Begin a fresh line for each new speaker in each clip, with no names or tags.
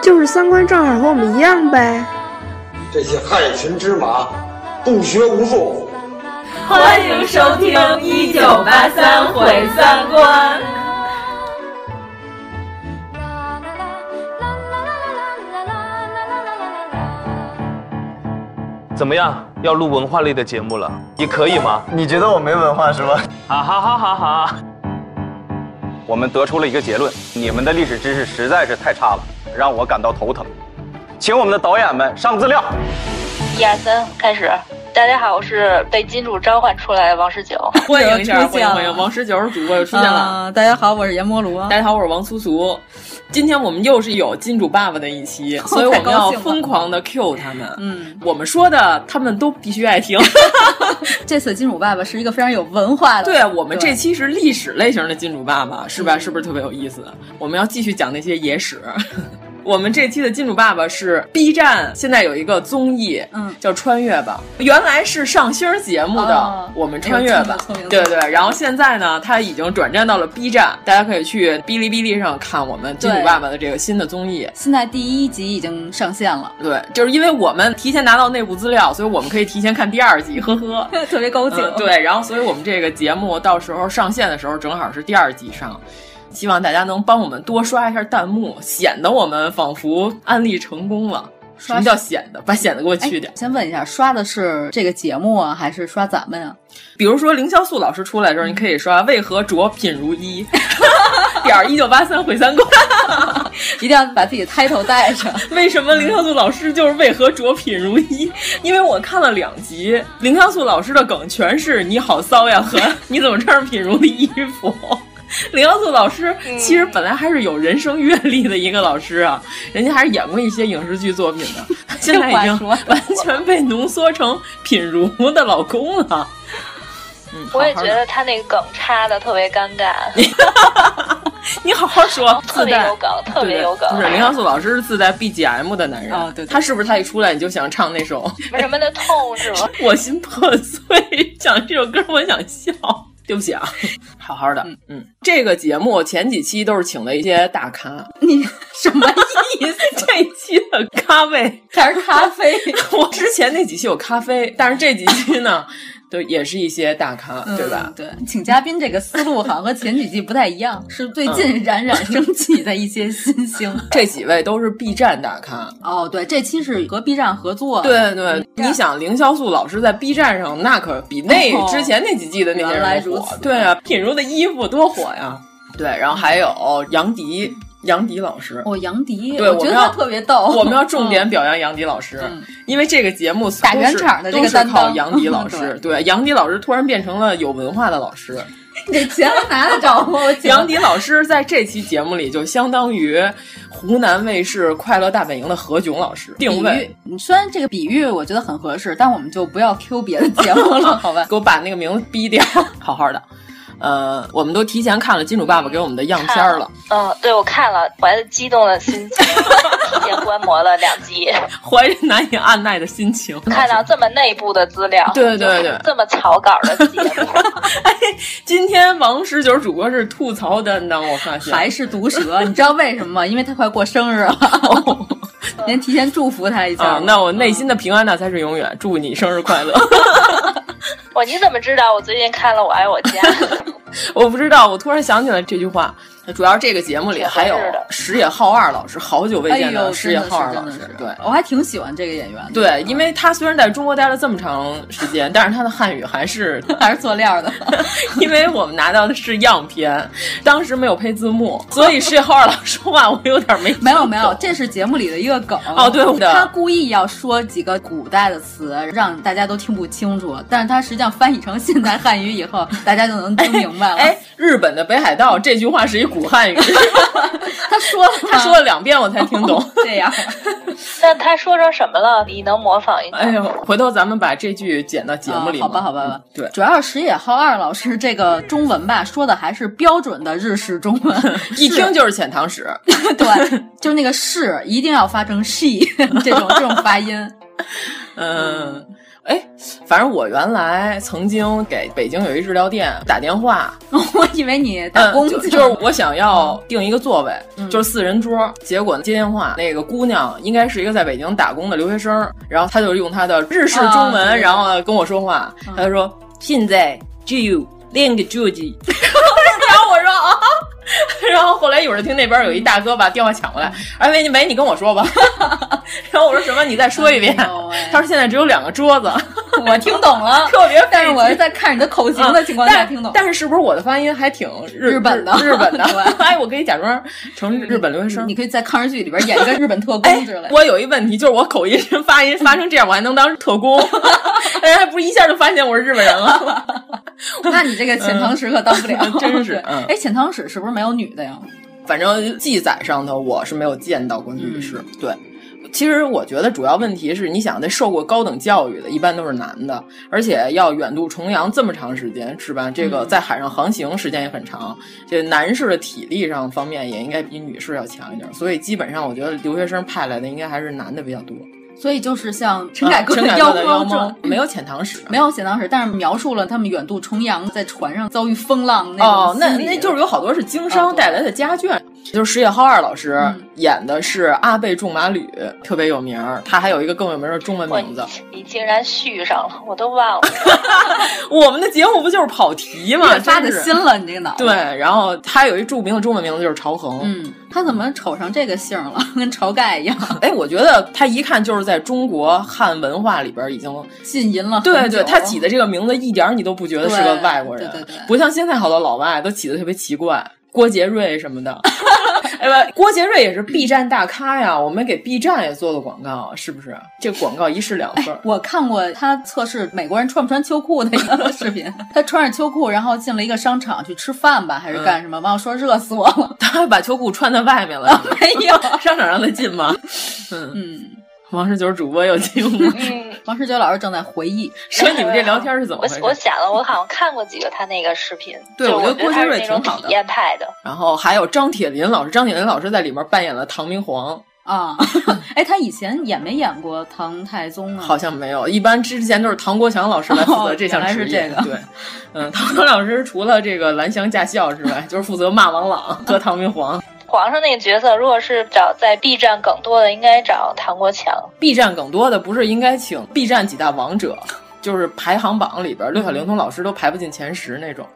就是三观正好和我们一样呗。
这些害群之马，不学无术。
欢迎收听《一九八三毁三观》。
啊
怎么样？要录文化类的节目了，也可以吗？
你觉得我没文化是吗？
哈哈哈哈哈！
我们得出了一个结论：你们的历史知识实在是太差了，让我感到头疼。请我们的导演们上资料。
一二三，，E 开始。大家好，我是被金主召唤出来的王十九。
欢迎一下，欢迎欢迎，王十九是主播又出现了。
大家好，我是阎摩罗。
大家好，我是王苏苏。今天我们又是有金主爸爸的一期， 所以我们要疯狂的 Q 他们。
嗯，
我们说的啊他们都必须 爱听。
这次金主爸爸是一个非常有文化的，
对啊我们这期是历史类型的金主爸
嗯
爸，是吧？是不是特别有意思？我们要继续讲那些野史。 我们这期的金主爸爸是 B 站，现在有一个综艺，
嗯，
叫《穿越吧》，原来是上星儿节目的
哦
啊
《我们穿越吧》，对对。然后现在呢，它已经转战到了 B 站，大家可以去哔哩哔哩上看我们金主爸爸的这个新的综艺。
现在第一集已经上线了，
对，就是因为我们提前拿到内部资料，所以我们可以提前看第二集，呵呵，
特别高兴。
呃对，然后所以我们这个节目到时候上线的时候，正好是第二集上。希望大家能帮我们多刷一下弹幕，显得我们仿佛安利成功了。什么叫显得？把显得给我去掉。
哎先问一下，刷的是这个节目啊，还是刷咱们啊？
比如说凌潇肃老师出来的时候，你可以刷“为何卓品如一”， 点一九八三毁三观，
一定要把自己的 title 带上。
为什么凌潇肃老师就是为何卓品如一？ 因为我看了两集，凌潇肃老师的梗全是“你好骚呀”和“你怎么穿着品如的衣服”。 凌潇肃老师其实本来还是有人生阅历的一个老师啊，人家还是演过一些影视剧作品的， 现在已经完全被浓缩成品如的老公了。 嗯，
我也觉得他那个梗插的特别尴尬。
你好好说，
特别有梗，特别有梗。
不是凌潇肃老师是自带 BGM 的男人
啊，对，
他是不是他一出来你就想唱那首
什么的痛是吗？
我心破碎， 想这首歌我想笑。对不起啊，好好的，嗯嗯，这个节目前几期都是请了一些大咖，
你什么意思？
这一期的咖位
还是咖啡？
我之前那几期有咖啡，但是这几期呢，都也是一些大咖，
嗯、
对吧？
对，请嘉宾这个思路好像和前几季不太一样，是最
嗯
近冉冉升起的一些新星。 嗯、
这几位都是 B 站大咖
哦，对，这期是和 B 站合作，
对对。
嗯
你想，凌潇肃老师在 B 站上，那可比那之前那几季的那些人火。
哦、
对啊，品如的衣服多火呀！对，然后还有杨迪，杨迪老师。
哦，杨迪，
对，
我觉得他特别逗。
我们要重点表扬杨迪老师，
哦嗯、
因为这个节目
打圆场的这个
单靠杨迪老师。
嗯、
对,对，杨迪老师突然变成了有文化的老 师。
你这钱拿得着吗？
杨迪老师在这期节目里就相当于湖南卫视《快乐大本营》的何炅老师定位。
虽然这个比喻我觉得很合适，但我们就不要 Q 别的节目 了，好吧？
给我把那个名字逼掉， 好好的。呃，我们都提前看了金主爸爸给我们的样片了。
嗯、呃，对，我看了，怀着激动的心情，提前观摩了两集，
怀着难以按耐的心情，
看到这么内部的资料，
对对对，
这么草稿的节目。
哎，今天王十九主播是吐槽担当，我发现
还是毒舌，你知道为什么吗？因为他快过生日 了。哦您提前祝福他一下、
啊，那我内心的平安那才是永远。祝你生日快乐！
我你怎么知道我最近看了《我爱我家》
我不知道，我突然想起来这句话。主要这个节目里还有石野浩二老师，好久未见
哎的
石野浩二老师。对，
我还挺喜欢这个演员的。
对，因为他虽然在中国待了这么长时间，但是他的汉语还是
还是做料 的。
因为我们拿到的是样片，当时没有配字幕，所以石野浩二老师说话我有点没
没有没有，这是节目里的一个梗
哦。对，
他故意要说几个古代的词，让大家都听不清楚，但是他实际上翻译成现代汉语以后，
哎
大家就能听明白了。
哎，日本的北海道这句话是一。古汉语，
他说了吗，
他说了两遍我才听懂。
这样，
那他说成什么了？你能模仿一下？
哎呦，回头咱们把这句剪到节目里、
啊
嗯
好吧，好吧，好吧。
对，，
主要是石野浩二老师这个中文吧，说的还是标准的日式中文
一听就是遣 唐使。
是对，就那个是一定要发成 she 这种这种发音。
嗯，哎，反正我原来曾经给北京有一治疗店打电话，
我以为你打工
嗯就，就是我想
嗯
要订一个座位，就是四人桌。结果接电话，那个姑娘应该是一个在北京打工的留学生，然后她就用她的日式中文，
啊对嗯
然后跟我说话，她就说：“现在只有两个座机。” 然后我说啊。 然后后来有人听那边有一大哥把电话抢过
嗯
来，哎喂，你喂，你跟我说吧。 然后我说什么？你再说一遍。
哎呦喂
他说现在只有两个桌子，
我听懂了，
特别费劲。
但是我是在看你的口型的情况下
但
听懂。
嗯但是是不是我的发音还挺日
日本的
日日本的
对？ 嗯
哎，我可以假装成 日本留学生哎
你。可以在抗日剧里边演一个日本特工之类的。
我有一问题，就是我口音发音发成这样，我还能当特工？ 哎，还不是一下就发现我是日本人了？
那你这个遣唐使可当不 了，
真是
对
嗯
哎，遣唐使是不是没有女的呀？
反正记载上头我是没有见到过女士。
嗯
对，其实我觉得主要问题是，你想那受过高等教育的，一般都是男的，而且要远渡重洋这么长时间，是吧？这个
嗯
在海上航行时间也很长，这男士的体力上方面也应该比女士要强一点，所以基本上我觉得留学生派来的应该还是男的比较多。啊
所以就是像呃陈凯歌
陈
的
凯
《
歌
妖
的
猫
妖
传
猫》没有遣唐使，啊
没有写当时，但是描述了他们远渡重洋，在船上遭遇风浪那种
哦，那
心理
那就是有好多是经
啊
商
对
带来的家眷，就是石野浩二老师
嗯
演的是阿倍仲麻吕，特别有名儿。他还有一个更有名的中文
我
名字。
你竟然续上了，我都忘了。
我们的节目不就是跑题
有
吗？
点发的
真是
心。了，你这个脑子
对，。然后他有一著名的中文名字就是朝恒。
嗯，他怎么瞅上这个姓了？ 跟晁盖一样，
哎，我觉得他一看就是在中国汉文化里边已经，
浸淫 了很久。
对对，他起的这个名字一点儿你都不觉得是个外国人，
对对对对
不像现在好多老外都起的特别奇怪，郭杰瑞什么 的，哎不，郭杰瑞也是 B 站大咖呀，我们给 B 站也做做广告，是不是？这广告一式两份 儿。
我看过他测试美国人穿不穿秋裤的一个视 频，他穿着秋裤，然后进了一个商场去吃饭吧，还
嗯
是干什么？忘了说热死我了，
他还把秋裤穿在外面 了，
哎
没有。
商场让他进吗？嗯，
嗯，
王十九主播有进吗？
嗯，
王十九老师正在回忆，
说你们这聊天是怎么
我
回事？
我想了，我好像看过几个他那个视频，
对
就
我觉
我
得郭
他
靖
是
瑞
那种
挺好的
体验派的。
然后还有张铁林老师，张铁林老师在里面扮演了唐明皇，
啊，哎，他以前演没演过唐太宗啊？
好像没有，一般之前都是唐国强老师来负责这项
哦原来
职
是
业。
这个
对，嗯，唐国强老师除了这个蓝翔驾校之外，就是负责骂王 朗和唐明皇。
皇上那个角色，如果是找在 B 站梗多的，应该找唐国强。
B 站更多的不是应该请 B 站几大王者，就是排行榜里边六小龄童老师都排不进前十那种。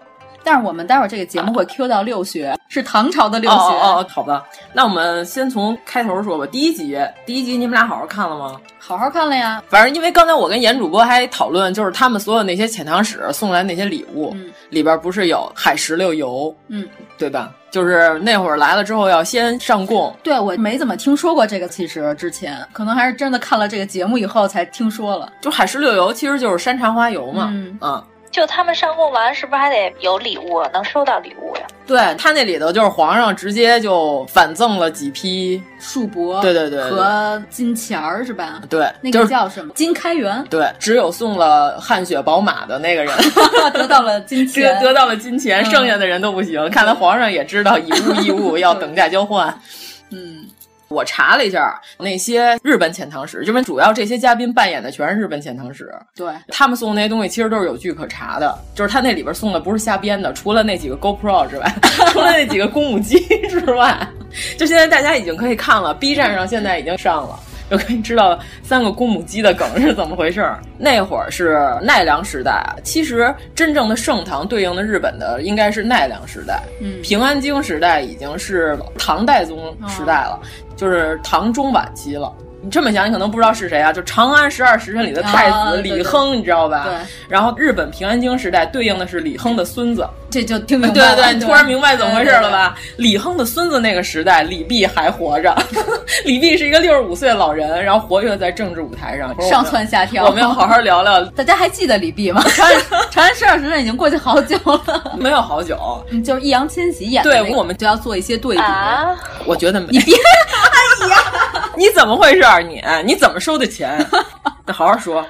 但是我们待会儿这个节目会 Q 到六学，是唐朝的六
哦
学。
哦哦，好吧，那我们先从开头说吧。第一集，第一集你们俩好好看了吗？
好好看了呀，
反正因为刚才我跟严主播还讨论，就是他们所有那些遣唐使送来那些礼物，
嗯
里边不是有海石榴油，
嗯，
对吧？就是那会儿来了之后要先上供，
对我没怎么听说过这个，其实之前可能还是真的看了这个节目以后才听说了。
就海石榴油其实就是山茶花油嘛，啊
嗯
就他们上供完，是不是还得有礼物啊？能收到礼物呀？
对他那里头就是皇上直接就反赠了几批，
树帛
对对对对
和金钱儿是吧？
对，
那
就
个
是
叫什么？金开元
对，只有送了汗血宝马的那个人
得到了金
得
钱，
得到了金
嗯
钱，剩下的人都不行。看来皇上也知道以物 易物，要等价交换。
嗯，
我查了一下，那些日本遣唐使，因为主要这些嘉宾扮演的全是日本遣唐使，
对，
他们送的那些东西其实都是有据可查的，就是他那里边送的不是瞎编的，除了那几个 GoPro 之外， 除了那几个公母鸡之外，就现在大家已经可以看了，B 站上现在已经上了。就可以知道三个公母鸡的梗是怎么回事儿。那会儿是奈良时代，其实真正的盛唐对应的日本的应该是奈良时代，
嗯
平安
哦
京时代已经是唐代宗时代了，就是唐中晚期了。你这么想，你可能不知道是谁啊？就《长安十二时辰》里的太
啊
子
对对
李亨，你知道吧？
对
然后日本平安京时代对应的是李亨的孙子，
这就听
对
明
对
白了。
对，你突然明白怎么回事了
对？对对
吧？李亨的孙子那个时代，李泌还活着， 李泌是一个六十五岁的老人，然后活跃在政治舞台上，
呃上蹿下跳
我们要好好聊聊。
大家还记得李 泌吗？长 安长安十二时辰已经过去好久了，
没有好久，
嗯就是易烊千玺演的、
对
那个
我们
就要做一些对比。
啊，
我觉得没。
你 别哎
你怎么回事儿？你你怎么收的钱？ 那好好说。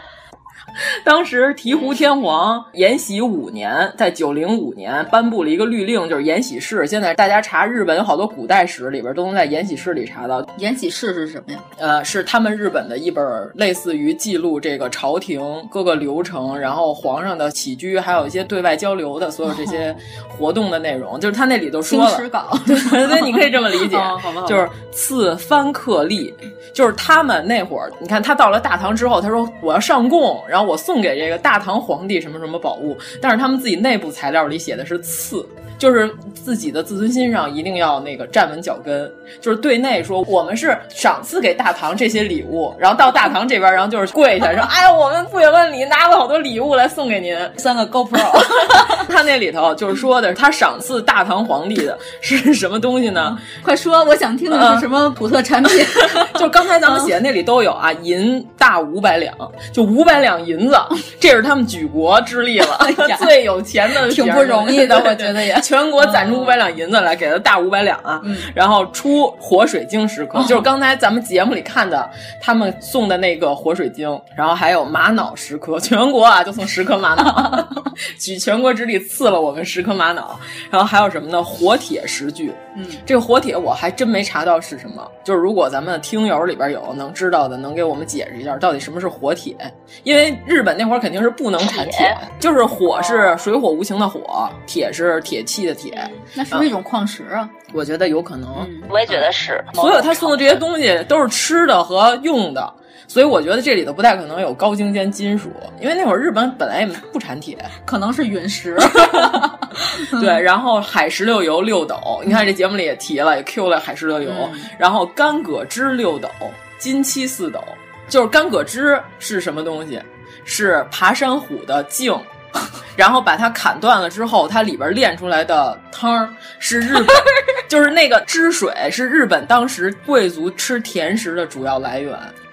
当时醍醐天皇延禧五年，在九零五年颁布了一个律令，就是延禧市。现在大家查日本有好多古代史里边都能在延禧市里查到，
延禧市是什么呀？
呃，是他们日本的一本类似于记录这个朝廷各个流程，然后皇上的起居，还有一些对外交流的所有这些活动的内容，就是他那里头
青
说了，
史稿。
对对，你可以这么理解，
哦好吧好吧
就是赐藩克利，就是他们那会儿，你看他到了大唐之后，他说我要上贡，然后我送给这个大唐皇帝什么什么宝物，但是他们自己内部材料里写的是赐。就是自己的自尊心上一定要那个站稳脚跟，就是对内说我们是赏赐给大唐这些礼物，然后到大唐这边，然后就是跪下说，哎呀，我们不远万里拿了好多礼物来送给您，
三个 GoPro，
他那里头就是说的，他赏赐大唐皇帝的是什么东西呢？
快说，我想听的是什
嗯
么土特产 品？
就是刚才咱们写的那里都有啊，银大五百两，就五百两银子，这是他们举国之力了，
哎呀
最有钱的
挺不容易的
对对
我觉得也 嗯
全国攒出五百两银子来，给他大五百两啊，然后出活水晶石
哦
刻，就是刚才咱们节目里看的他们送的那个活水晶，然后还有玛瑙石刻，全国啊就送十颗玛瑙， 举全国之力赐了我们十颗玛瑙，然后还有什么呢？火铁石具，
嗯，
这个火铁我还真没查到是什么，就是如果咱们听友里边有能知道的，能给我们解释一下到底什么是火铁？因为日本那会儿肯定是不能产铁
铁，
就是
哦
火是水火无情的火，铁是铁器的铁，
那是不是一种矿石啊？
我觉得有可能。
嗯
我也觉得是。
所有他送的这些东西都是吃的和用的，所以我觉得这里头不太可能有高精尖金属，因为那会儿日本本来也不产铁。
可能是陨 石。嗯
对，然后海石榴油六斗，你看这节目里也提了，也 Q 了海石榴油，
嗯
然后干葛枝六斗，金漆四斗，就是干葛枝是什么东西？是爬山虎的茎。 然后把它砍断了之后，它里边炼出来的汤儿是 日本，就是那个汁水是日本当时贵族吃甜食的主要来源。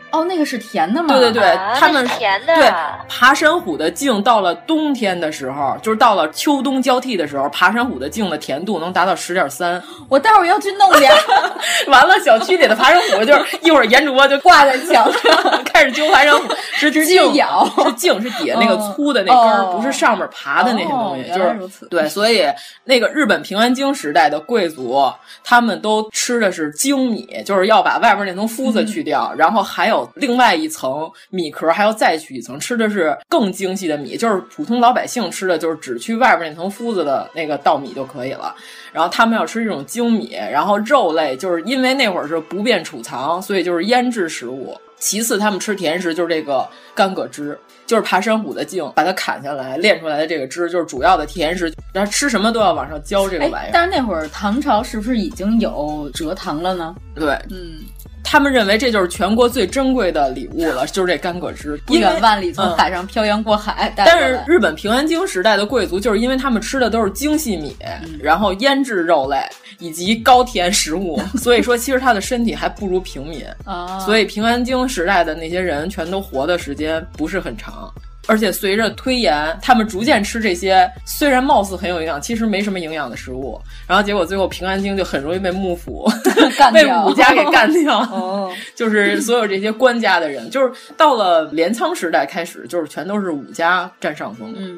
哦，那个是甜的吗？
对对对，
啊
他们
那是甜的
对，爬山虎的茎到了冬天的时候，就是到了秋冬交替的时候，爬山虎的茎的甜度能达到十点三。
我待会儿要去弄点，
完了，小区里的爬山虎就是一会儿严主播就挂
挂在墙上。
开始揪爬山虎，是
直
茎
咬
是茎，是底下那个粗的那根儿，
哦
不是上面爬的那些东西，
哦
就
原来如
是
此
对，所以那个日本平安京时代的贵族，他们都吃的是精米，就是要把外边那层麸子去掉，
嗯
然后还有另外一层米壳，还要再去一层，吃的是更精细的米，就是普通老百姓吃的就是只去外边那层麸子的那个稻米就可以了。然后他们要吃这种精米，然后肉类就是因为那会儿是不便储藏，所以就是腌制食物。其次，他们吃甜食就是这个干葛汁，就是爬山虎的茎，把它砍下来炼出来的这个汁，就是主要的甜食。然后吃什么都要往上浇这个玩
哎
意，儿。
但是那会儿唐朝是不是已经有蔗糖了呢？
对
嗯，
他们认为这就是全国最珍贵的礼物了，就是这干葛汁。
不
因为
远万里从
嗯
海上漂洋过海，带
但
过
是
来
日本平安京时代的贵族，就是因为他们吃的都是精细米，然后腌制肉类以及高甜食物， 所以说其实他的身体还不如平民。
啊，
所
以
以平安京时代的那些人全都活的时间不是很长。而且随着推延，他们逐渐吃这些虽然貌似很有营养，其实没什么营养的食物。然后结果最后平安京就很容易被幕府
干
被
掉
武家给 干掉。
哦，
就是所有这些官家的人，就是到了镰仓时代开始，就是全都是武家占上风。
嗯，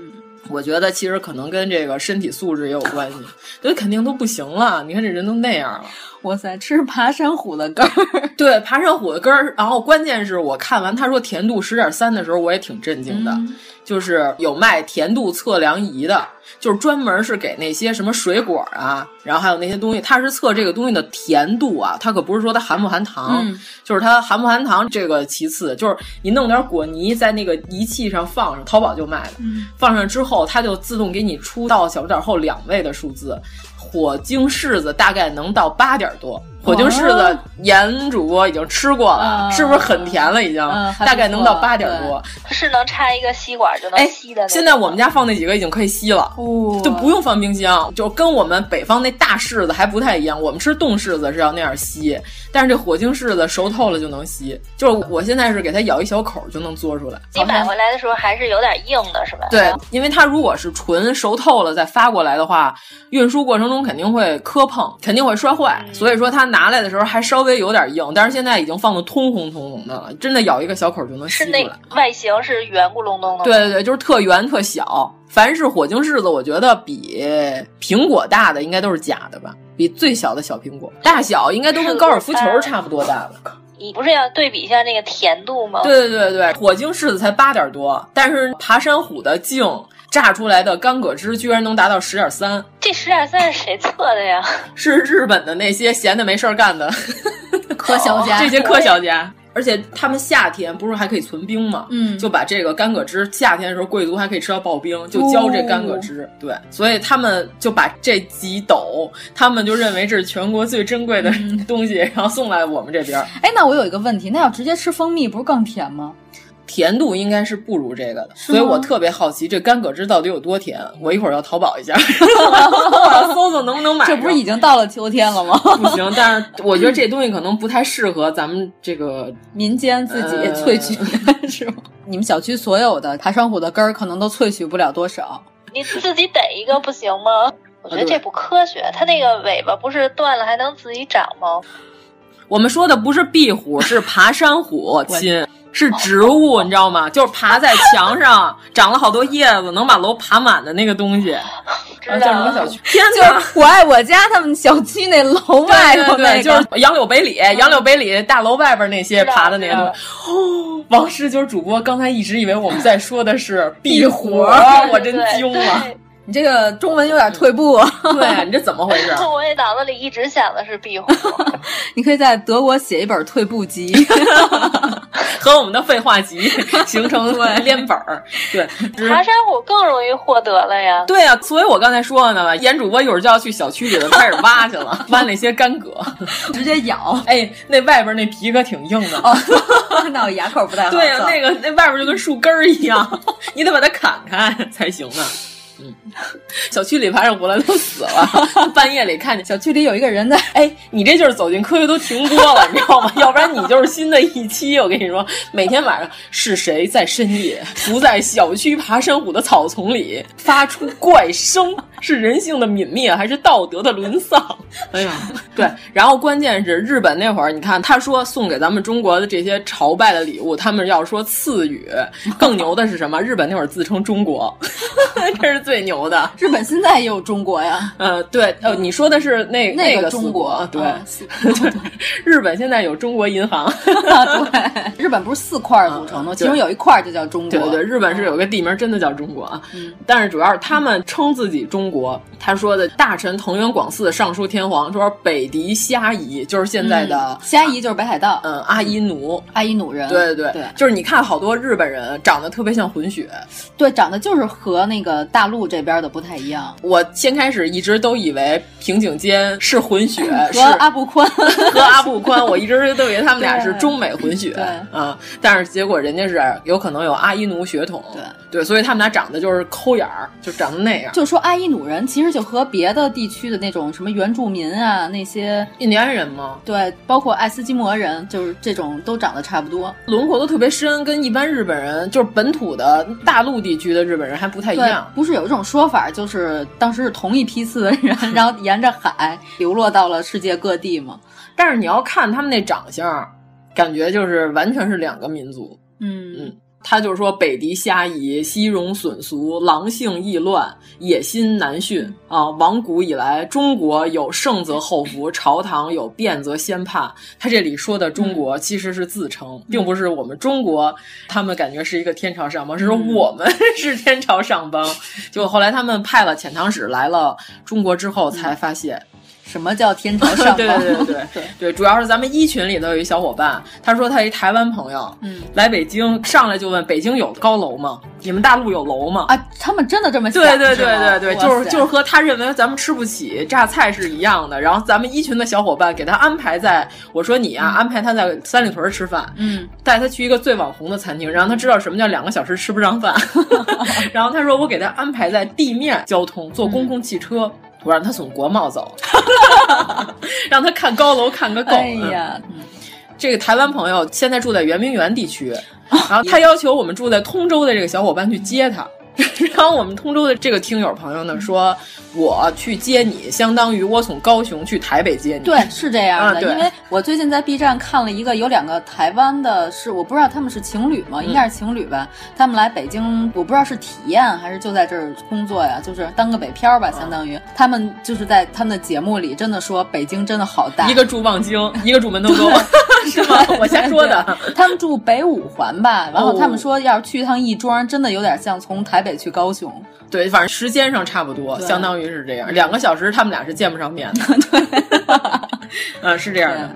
我觉得其实可能跟这个身体素质也有关系，就肯定都不行了。你看这人都那样了。
哇塞，吃爬山虎的根 儿，
对，爬山虎的根儿。然后关键是我看完他说甜度十点三的时候，我也挺震惊的，
嗯
就是有卖甜度测量仪的，就是专门是给那些什么水果啊，然后还有那些东西，它是测这个东西的甜度啊，它可不是说它含不含糖，
嗯
就是它含不含糖这个其次，就是你弄点果泥在那个仪器上放上，淘宝就卖了，
嗯
放上之后它就自动给你出到小数点后两位的数字，火晶柿子大概能到八点多。火炬柿子，
哦
严主播已经吃过了，是不是很甜了？已经
嗯还不错
大概能到八点多。
是能插一个吸管
哎
就能吸的那种。
现在我们家放那几个已经可以吸了，就不用放冰箱，就跟我们北方那大柿子还不太一样。我们吃冻柿子是要那样吸，但是这火晶柿子熟透了就能吸，就是我现在是给它咬一小口就能嘬出来。
你买回来的时候还是有点硬的，是吧？
对，因为它如果是纯熟透了再发过来的话，运输过程中肯定会磕碰，肯定会摔坏。
嗯
所以说它拿来的时候还稍微有点硬，但是现在已经放的通红通红的了，真的咬一个小口就能吸
是
出
那
来。
外形是圆咕隆咚的。
对对对，就是特圆特小。凡是火晶柿子，我觉得比苹果大的应该都是假的吧，比最小的小苹果大小应该都跟高尔夫球差不多大吧。
你不是要对比一下那个甜度吗？
对对对对，火晶柿子才八点多，但是爬山虎的茎榨出来的甘葛汁居然能达到十点三，
这十点三是谁测的呀？
是日本的那些闲的没事儿 干的哦
科学家
哦
这些科学家。而且他们夏天不是还可以存冰吗？
嗯
就把这个甘葛汁，夏天的时候贵族还可以吃到刨冰，就浇这甘葛汁。
哦
对，所以他们就把这几斗，他们就认为这是全国最珍贵的
嗯
东西，然后送来我们这边儿。
哎，那我有一个问题，那要直接吃蜂蜜不是更甜吗？
甜度应该是不如这个的，
吗
所以我特别好奇这甘葛汁到底有多甜。我一会儿要淘宝 一下，我要搜搜能不能买
这
上。
不是已经到了秋天了吗？
不行，但是我觉得这东西可能不太适合咱们这个
民间自己
呃
萃取、是吗？你们小区所有的爬山虎的根儿可能都萃取不了多少。
你自己逮一个不行吗？我觉得
对
这不科学，它那个尾巴不是断了还能自己长吗？
我们说的不是壁虎，是爬 山虎亲，是植
哦
物，你知道吗？就是爬在墙上长了好多叶子，能把楼爬满的那个 东西。
知
啊叫
道
什么
吗
小？区？天
就
哪！
是我爱我家他们小区那 楼外
对
头
对
那
对，就
个，
是杨柳北里，杨柳北里大楼外边那些
知道
爬的那个东西。哦，王师就是主播，刚才一直以为我们在说的是壁虎，我真惊了。
对。
你这个中文有点退步。啊
对啊你这怎么回事
对？我也脑子里一直想的是壁虎，
你可以在德国写一本退步 集。
和我们的废话集形成连本儿，对，就是
爬山虎更容易获得了呀。
对啊，所以我刚才说了呢，严主播一会儿就要去小区里头开始挖去了， 挖那些干葛。
直接咬。
哎，那外边那皮可挺硬的。
哦，啊那我牙口不太好。
对呀、
算了
那个那外边就跟树根儿一样，你得把它砍开才行呢。嗯， 小区里爬上回来都死了，半夜里看见小区
距离有一个人在，
哎，你这就是走进科学都停播了，你知道吗？ 要不然你就是新的一期。我跟你说，每天晚上是谁在深夜伏在小区爬山虎的草丛里发出怪声？是人性的泯灭，还是道德的沦丧？ 哎呀，对。然后关键是日本那会儿，你看他说送给咱们中国的这些朝拜的礼物，他们要说赐予。更牛的是什么？日本那会儿自称中国， 这是最牛的。
日本现在也有中国呀，
呃，对，呃，你说的是那
那
个嗯
个
四
中国
对，
啊四
对日本现在有中国银行，
对， 日本不是四块儿组成的，
嗯
其中有一块儿就叫中
对
国。嗯
对对，日本是有个地名真的叫中国啊，但是主要是他们称自己中国。他说的大臣藤原广嗣上书天皇说北狄虾夷就是现在的
嗯虾夷就是北海道，
嗯阿伊奴。
阿伊努人。
对对
嗯对
就是你看好多日本人长得特别像混血，
对，长得就是和那个大陆这边的不太一样，
我先开始一直都以为平井坚是混血，是
和阿部宽
和阿布宽，我一直都以为他们俩是中美混血
对
啊，但是结果人家是有可能有阿伊奴血统，
对
所以他们俩长得就是抠眼儿，就长得那样。
就说阿伊努人其实就和别的地区的那种什么原住民啊那些，
印第安人嘛，
对，包括爱斯基摩人，就是这种都长得差不多。
轮廓都特别深，跟一般日本人就是本土的大陆地区的日本人还不太一
对
样，。
不是有一种说法，就是当时是同一批次的 人，然后沿着海流落到了世界各地嘛。
但是你要看他们那长相，感觉就是完全是两个民族。
嗯，
他就是说北狄虾夷，西戎损俗，狼性易乱，野心难驯啊！亡古以来，中国有盛则后服，朝堂有变则先叛。他这里说的中国其实是自称，并不是我们中国，他们感觉是一个天朝上邦，是说我们 是天朝上邦。就后来他们派了遣唐使来了中国之后，才发现。
什么叫天朝 上
对
报？
对对 对对对，主要是咱们一群里头有一小伙伴，他说他一台湾朋友，
嗯，
来北京上来就问北京有高楼吗？你们大陆有楼吗？
啊，他们真的这么想
对对
是
对
吗
对对，
哇塞
就是就是和他认为咱们吃不起榨菜是一样的。然后咱们一群的小伙伴给他安排在，我说你啊，安排他在三里屯吃饭，
嗯，
带他去一个最网红的餐厅，让他知道什么叫两个小时吃不上饭。 然后他说我给他安排在地面交通，坐公共汽车。
嗯
我让他从国贸走， 让他看高楼看个够。
哎
嗯
呀，
这个台湾朋友现在住在圆明园地区，
哦
然后他要求我们住在通州的这个小伙伴去接他。 然后我们通州的这个听友朋友呢说，我去接你，相当于我从高雄去台北接你。
对，是这样的，
嗯啊对
因为我最近在 B 站看了一个，有两个台湾的是，我不知道他们是情侣
嗯
吗？应该是情侣吧。他们来北京，我不知道是体验还是就在这儿工作呀，就是当个北漂吧，相当于。
嗯
他们就是在他们的节目里真的说北京真的好大，
一 个住望京，一个住门头沟， 是吗？我瞎说的。
对。他们住北五环吧，然后
哦
他们说要是去一趟亦庄，真的有点像从台北去高雄。
对，反正时间上差不多，
对
相当于是这样。两个小时，他们俩是见不上面的。 对，啊，是这样的。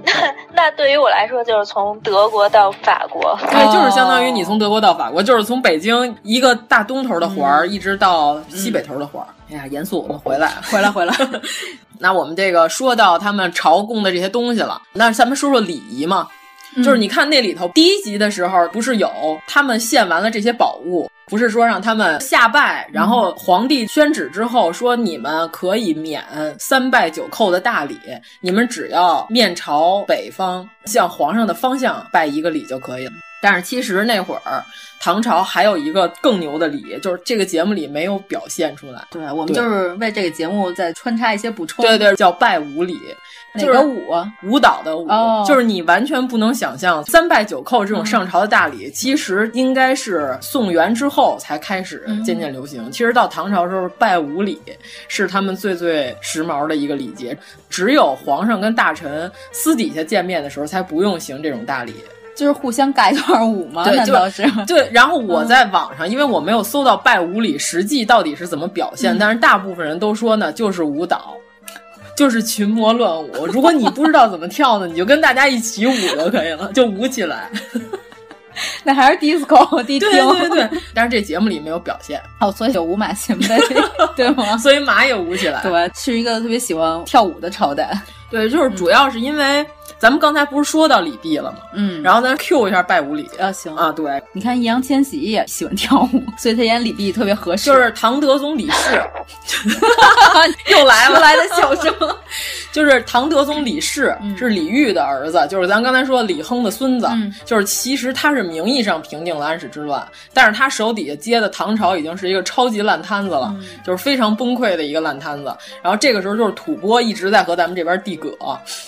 那对于我来说，就是从德国到法国，
对，就是相
哦
当于你从德国到法国，就是从北京一个大东头的环儿，一直到西北头的环儿。哎呀，严肃，我们回来，嗯回来，回来。 那我们这个说到他们朝贡的这些东西了，那咱们说说礼仪嘛。就是你看那里头第一集的时候，不是有他们献完了这些宝物，不是说让他们下拜，然后皇帝宣旨之后说你们可以免三拜九叩的大礼，你们只要面朝北方，向皇上的方向拜一个礼就可以了。但是其实那会儿唐朝还有一个更牛的礼，就是这个节目里没有表现出来。
对，我们
对
就是为这个节目再穿插一些补充。
对，对，叫拜舞礼，
哪
就是
个舞啊？
舞蹈的舞，
哦嗯
就是你完全不能想象三拜九叩这种上朝的大礼，其实应该是宋元之后才开始
嗯
渐渐流行。其实到唐朝时候，拜舞礼是他们最最时髦的一个礼节，只有皇上跟大臣私底下见面的时候才不用行这种大礼。
就是互相尬一段舞吗？
对
难
就
道是？
对，然后我在网上，因为我没有搜到拜舞礼实际到底是怎么表现，但是大部分人都说呢，就是舞蹈。就是群魔乱舞，如果你不知道怎么跳呢，你就跟大家一起舞就可以了，就舞起来。
那还是 disco 迪厅
对对对，但是这节目里没有表现，
哦，所以有舞马行 呗，对吗？
所以马也舞起来。
对，是一个特别喜欢跳舞的朝代。
对，就是主要是因为咱们刚才不是说到李泌了吗？
嗯然
然后咱 Q 一下拜舞礼
后啊，行
啊，对，
你看易烊千玺也喜欢跳舞，所以他演李泌特别合适。
就是唐德宗李氏，又来了，来的笑声，就是唐德宗李氏
嗯
是李煜的儿子，就是咱刚才说李亨的孙子
嗯，
就是其实他是名义上平定了安史之乱，但是他手底下接的唐朝已经是一个超级烂摊子了，
嗯
就是非常崩溃的一个烂摊子。然后这个时候就是吐蕃一直在和咱们这边地葛，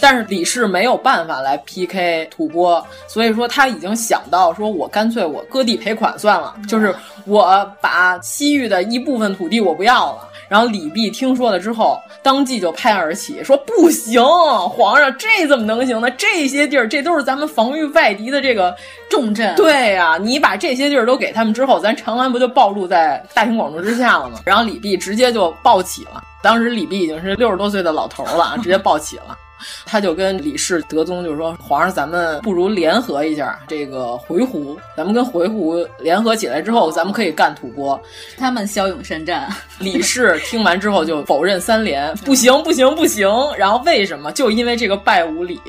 但是李氏没有办法来 PK 吐蕃，所以说他已经想到说，我干脆我割地赔款算了，就是我把西域的一部分土地我不要了。然后李泌听说了之后，当即就拍案而起，说不行，皇上这怎么能行呢？这些地儿这都是咱们防御外敌的这个
重镇，，
对呀、你把这些地儿都给他们之后，咱长安不就暴露在大庭广众之下了吗？然后李泌直接就暴起了。当时李泌已经是六十多岁的老头儿了 啊，直接暴起了。他就跟李氏德宗就说：“皇上，咱们不如联合一下这个回鹘，咱们跟回鹘联合起来之后，咱们可以干吐蕃。”
他们骁勇善战。
李氏听完之后就否认三连，不行不行不行。然后为什么？就因为这个拜五礼。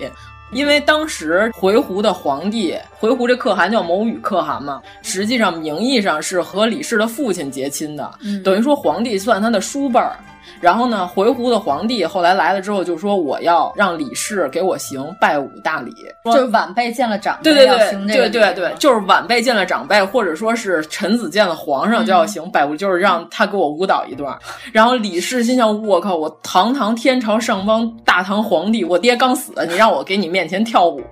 因为当时回鹘的皇帝，回鹘这可汗叫牟羽可汗嘛，实际上名义上是和李氏的父亲结亲的，
嗯
等于说皇帝算他的叔辈儿。然后呢，回鹘的皇帝后来来了之后就说我要让李氏给我行拜五大礼，
就是晚辈见了长辈，
对对
要
对
行这个
对对
礼
对，就是晚辈见了长辈，或者说是臣子见了皇上就
嗯
要行百步，就是让他给我舞蹈一段。然后李氏心想：我靠，我堂堂天朝上邦大唐皇帝，我爹刚死，你让我给你面前跳舞，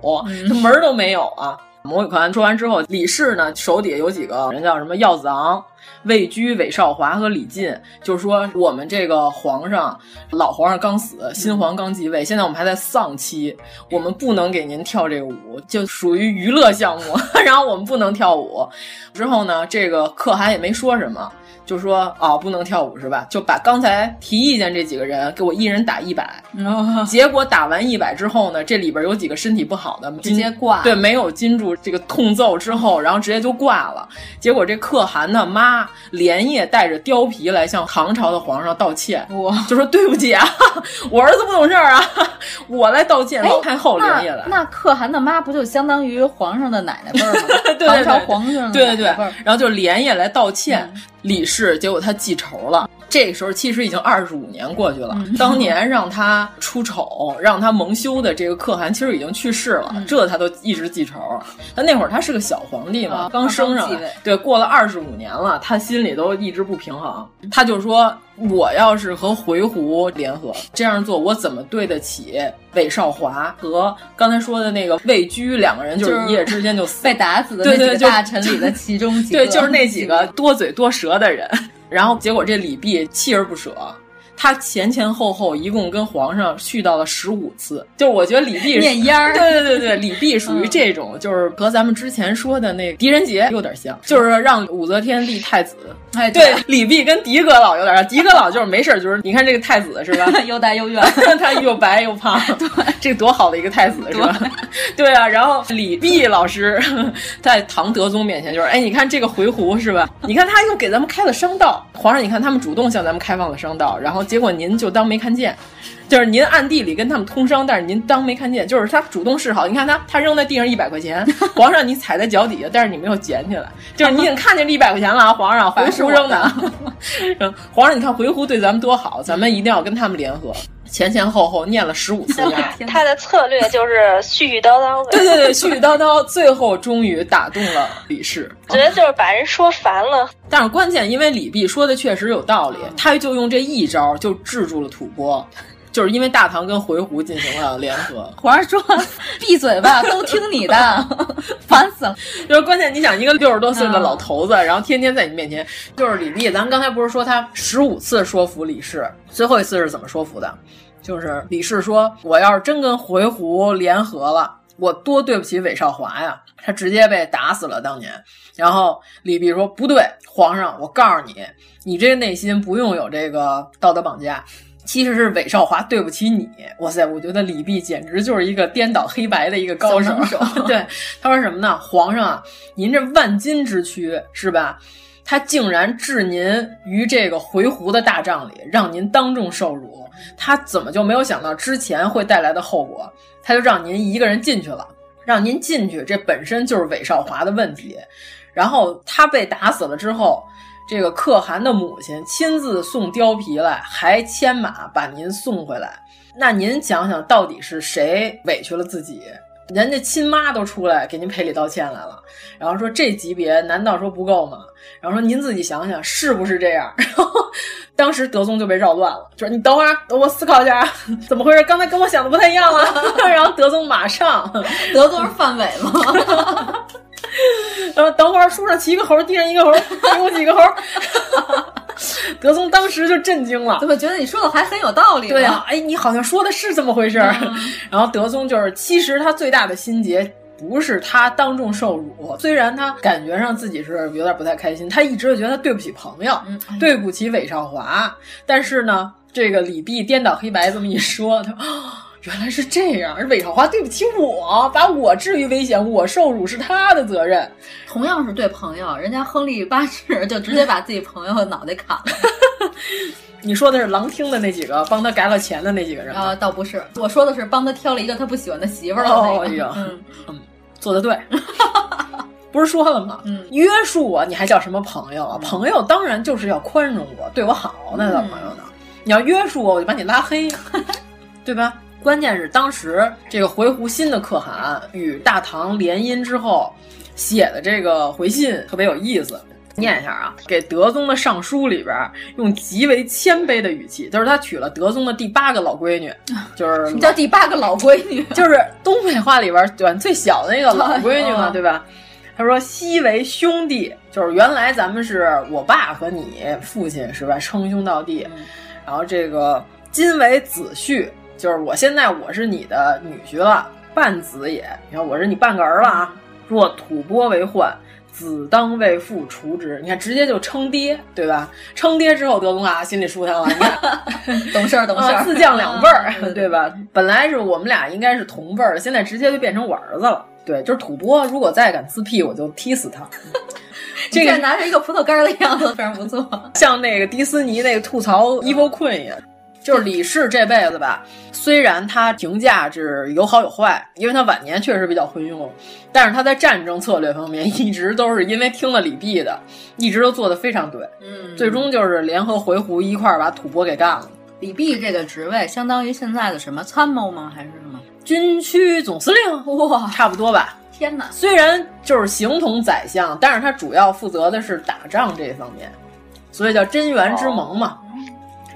这门儿都没有啊！魔鬼考案说完之后，李氏呢手底下有几个人叫什么耀子昂、魏居、韦少华和李进，就是说我们这个皇上，老皇上刚死，新皇刚继位，现在我们还在丧期，我们不能给您跳这个舞，就属于娱乐项目， 然后我们不能跳舞。之后呢，这个可汗也没说什么。就说啊、不能跳舞是吧？就把刚才提意见这几个人给我一人打一百，
嗯
结果打完一百之后呢，这里边有几个身体不好的，
直接挂
对，没有禁住这个痛揍之后，然后直接就挂了。结果这可汗的妈连夜带着貂皮来向唐朝的皇上道歉，就说对不起啊， 我儿子不懂事儿啊， 我来道
哎
歉。老太后连夜来
那，那可汗的妈不就相当于皇上的奶奶辈儿吗？
对
唐朝
对
皇上的
对
奶
对对
奶辈儿，
然后就连夜来道歉，
嗯
李氏，结果他记仇了。这时候其实已经二十五年过去了，
嗯
当年让他出丑、让他蒙羞的这个可汗，其实已经去世了，
嗯
这他都一直记仇。他那会儿他是个小皇帝嘛，
啊
刚升上
刚继位
来，对，过了二十五年了，他心里都一直不平衡。他就说：“我要是和回鹘联合，这样做我怎么对得起韦少华和刚才说的那个魏居两个人？就
就是是
一夜之间就死
被打死的
对
那几
对
个
就
大臣里的其中几个，
对，就是那几个多嘴多舌的人。然后结果这李泌锲而不舍，他前前后后一共跟皇上去到了十五次。就是我觉得李泌
念烟儿嗯
对对对对，李泌属于这种，就是和咱们之前说的那个狄仁杰有点像，就是让武则天立太子。
哎，
对，李泌跟狄阁老有点像，狄阁老就是没事儿就是你看这个太子是吧？
又大 又远，
他又白又 胖，这多好的一个太 子是吧？对啊，然后李泌老师在唐德宗面前就是，哎，你看这个回鹘是吧？你看他又给咱们开了商道，皇上，你看他们主动向咱们开放了商道，然后结果您就当没看见，就是您暗地里跟他们通商，但是您当没看见，就是他主动示好。你看他，他扔在地上一百块 钱，皇上你踩在脚底下，但是你没有捡起来，就是你已经看见这一百块钱了啊，皇上，回
反正是
鹘
我
扔的啊。 嗯皇上，你看回鹘对咱们多好，咱们一定要跟他们联合。前前后后念了十五次呀。
天
他的策略就是絮絮叨啊叨
对
呗，
对对，絮絮叨叨，最后终于打动了李氏。
直接就是把人说烦了。
但是关键，因为李泌说的确实有道理，他就用这一招就制住了吐蕃，就是因为大唐跟回鹘进行了联合。
皇上说：“闭嘴吧，都听你 的，烦死了。
就是关键，你想一个六十多岁的老头子，然后天天在你面前，就是李泌。咱们刚才不是说他十五次说服李氏，最后一次是怎么说服的？就是李氏说：“我要是真跟回鹘联合了，我多对不起韦少华呀！”他直接被打死了当年。然后李泌说：“不对，皇上，我告诉你，你这内心不用有这个道德绑架。”其实是韦少华对不起你，哇塞！我觉得李泌简直就是一个颠倒黑白的一个高手
小能。手
对，他说什么呢？皇上啊，您这万金之躯是吧？他竟然置您于这个回鹘的大帐里，让您当众受辱，他怎么就没有想到之前会带来的后果？他就让您一个人进去了，让您进去，这本身就是韦少华的问题。然后他被打死了之后，这个可汗的母亲亲自送貂皮来，还牵马把您送回来。那您想想，到底是谁委屈了自己？人家亲妈都出来给您赔礼道歉来了，然后说这级别难道说不够吗？然后说您自己想想是不是这样？ 然后当时德宗就被扰乱了，就是你等会儿，啊我思考一下，怎么回事？刚才跟我想的不太一样啊。 然后德宗马上，”
德宗是范伟吗？
然后呃等会儿树上骑一个猴，地上一个猴，地上几个猴。德宗当时就震惊了
怎，么觉得你说的还很有道理呢？
对嗯呀、哎，你好像说的是这么回事儿。 然后德宗就是，其实他最大的心结不是他当众受辱，虽然他感觉上自己是有点不太开心，他一直就觉得他对不起朋友，
嗯，哎
对不起韦少华。但是呢，这个李泌颠倒黑白这么一说，他。啊原来是这样，是韦少华对不起我，把我置于危险，我受辱是他的责任。
同样是对朋友，人家亨利八世就直接把自己朋友的脑袋砍了，
你说的是狼听的那几个帮他改了钱的那几个人
然
吗？
后呃倒不是，我说的是帮他挑了一个他不喜欢的媳妇儿
哦
了
哎
那
呀
个，嗯，
做的 对，不是说了吗？
嗯
约束我，你还叫什么朋友啊？朋友当然就是要宽容我，对我好，那叫朋友
嗯
呢？你要约束我，我就把你拉 黑，对吧？关键是当时这个回鹘新的可汗与大唐联姻之后写的这个回信特别有意思。念一下啊，给德宗的上书里边用极为谦卑的语气，就是他娶了德宗的第八个老闺女，就 是
什么叫第八个老闺女？
就是东北话里边管最小的那个老闺女嘛，
哦
对吧？他说：“昔为兄弟，就是原来咱们是我爸和你父亲是吧，称兄道弟。然后这个今为子婿，就是我现在我是你的女婿了，半子也。你看我是你半个儿了啊。若吐蕃为患，子当为父除之。你看直接就称爹，对吧？称爹之后，德宗啊心里舒坦了。你看
懂事儿，懂事
啊
儿，
自降两辈儿
嗯 对，
对吧？本来是我们俩应该是同辈儿，现在直接就变成我儿子了。对，就是吐蕃，如果再敢自辟，我就踢死 他。这
这个
个
拿着一个葡萄干儿的样子，非常不错。
像那个迪斯尼那个吐
嗯
槽 Evil Queen 一样，就是李氏这辈子吧，虽然他评价是有好有坏，因为他晚年确实比较昏庸，但是他在战争策略方面 一直都是因为听了李泌的，一直都做得非常对，
嗯
最终就是联合回鹘一块儿把吐蕃给干了。
李泌这个职位相当于现在的什么参谋吗？还是什么？
军区总司令，哇，差不多吧。
天哪！
虽然就是形同宰相，但是他主要负责的是打仗这方面，所以叫贞元之盟嘛。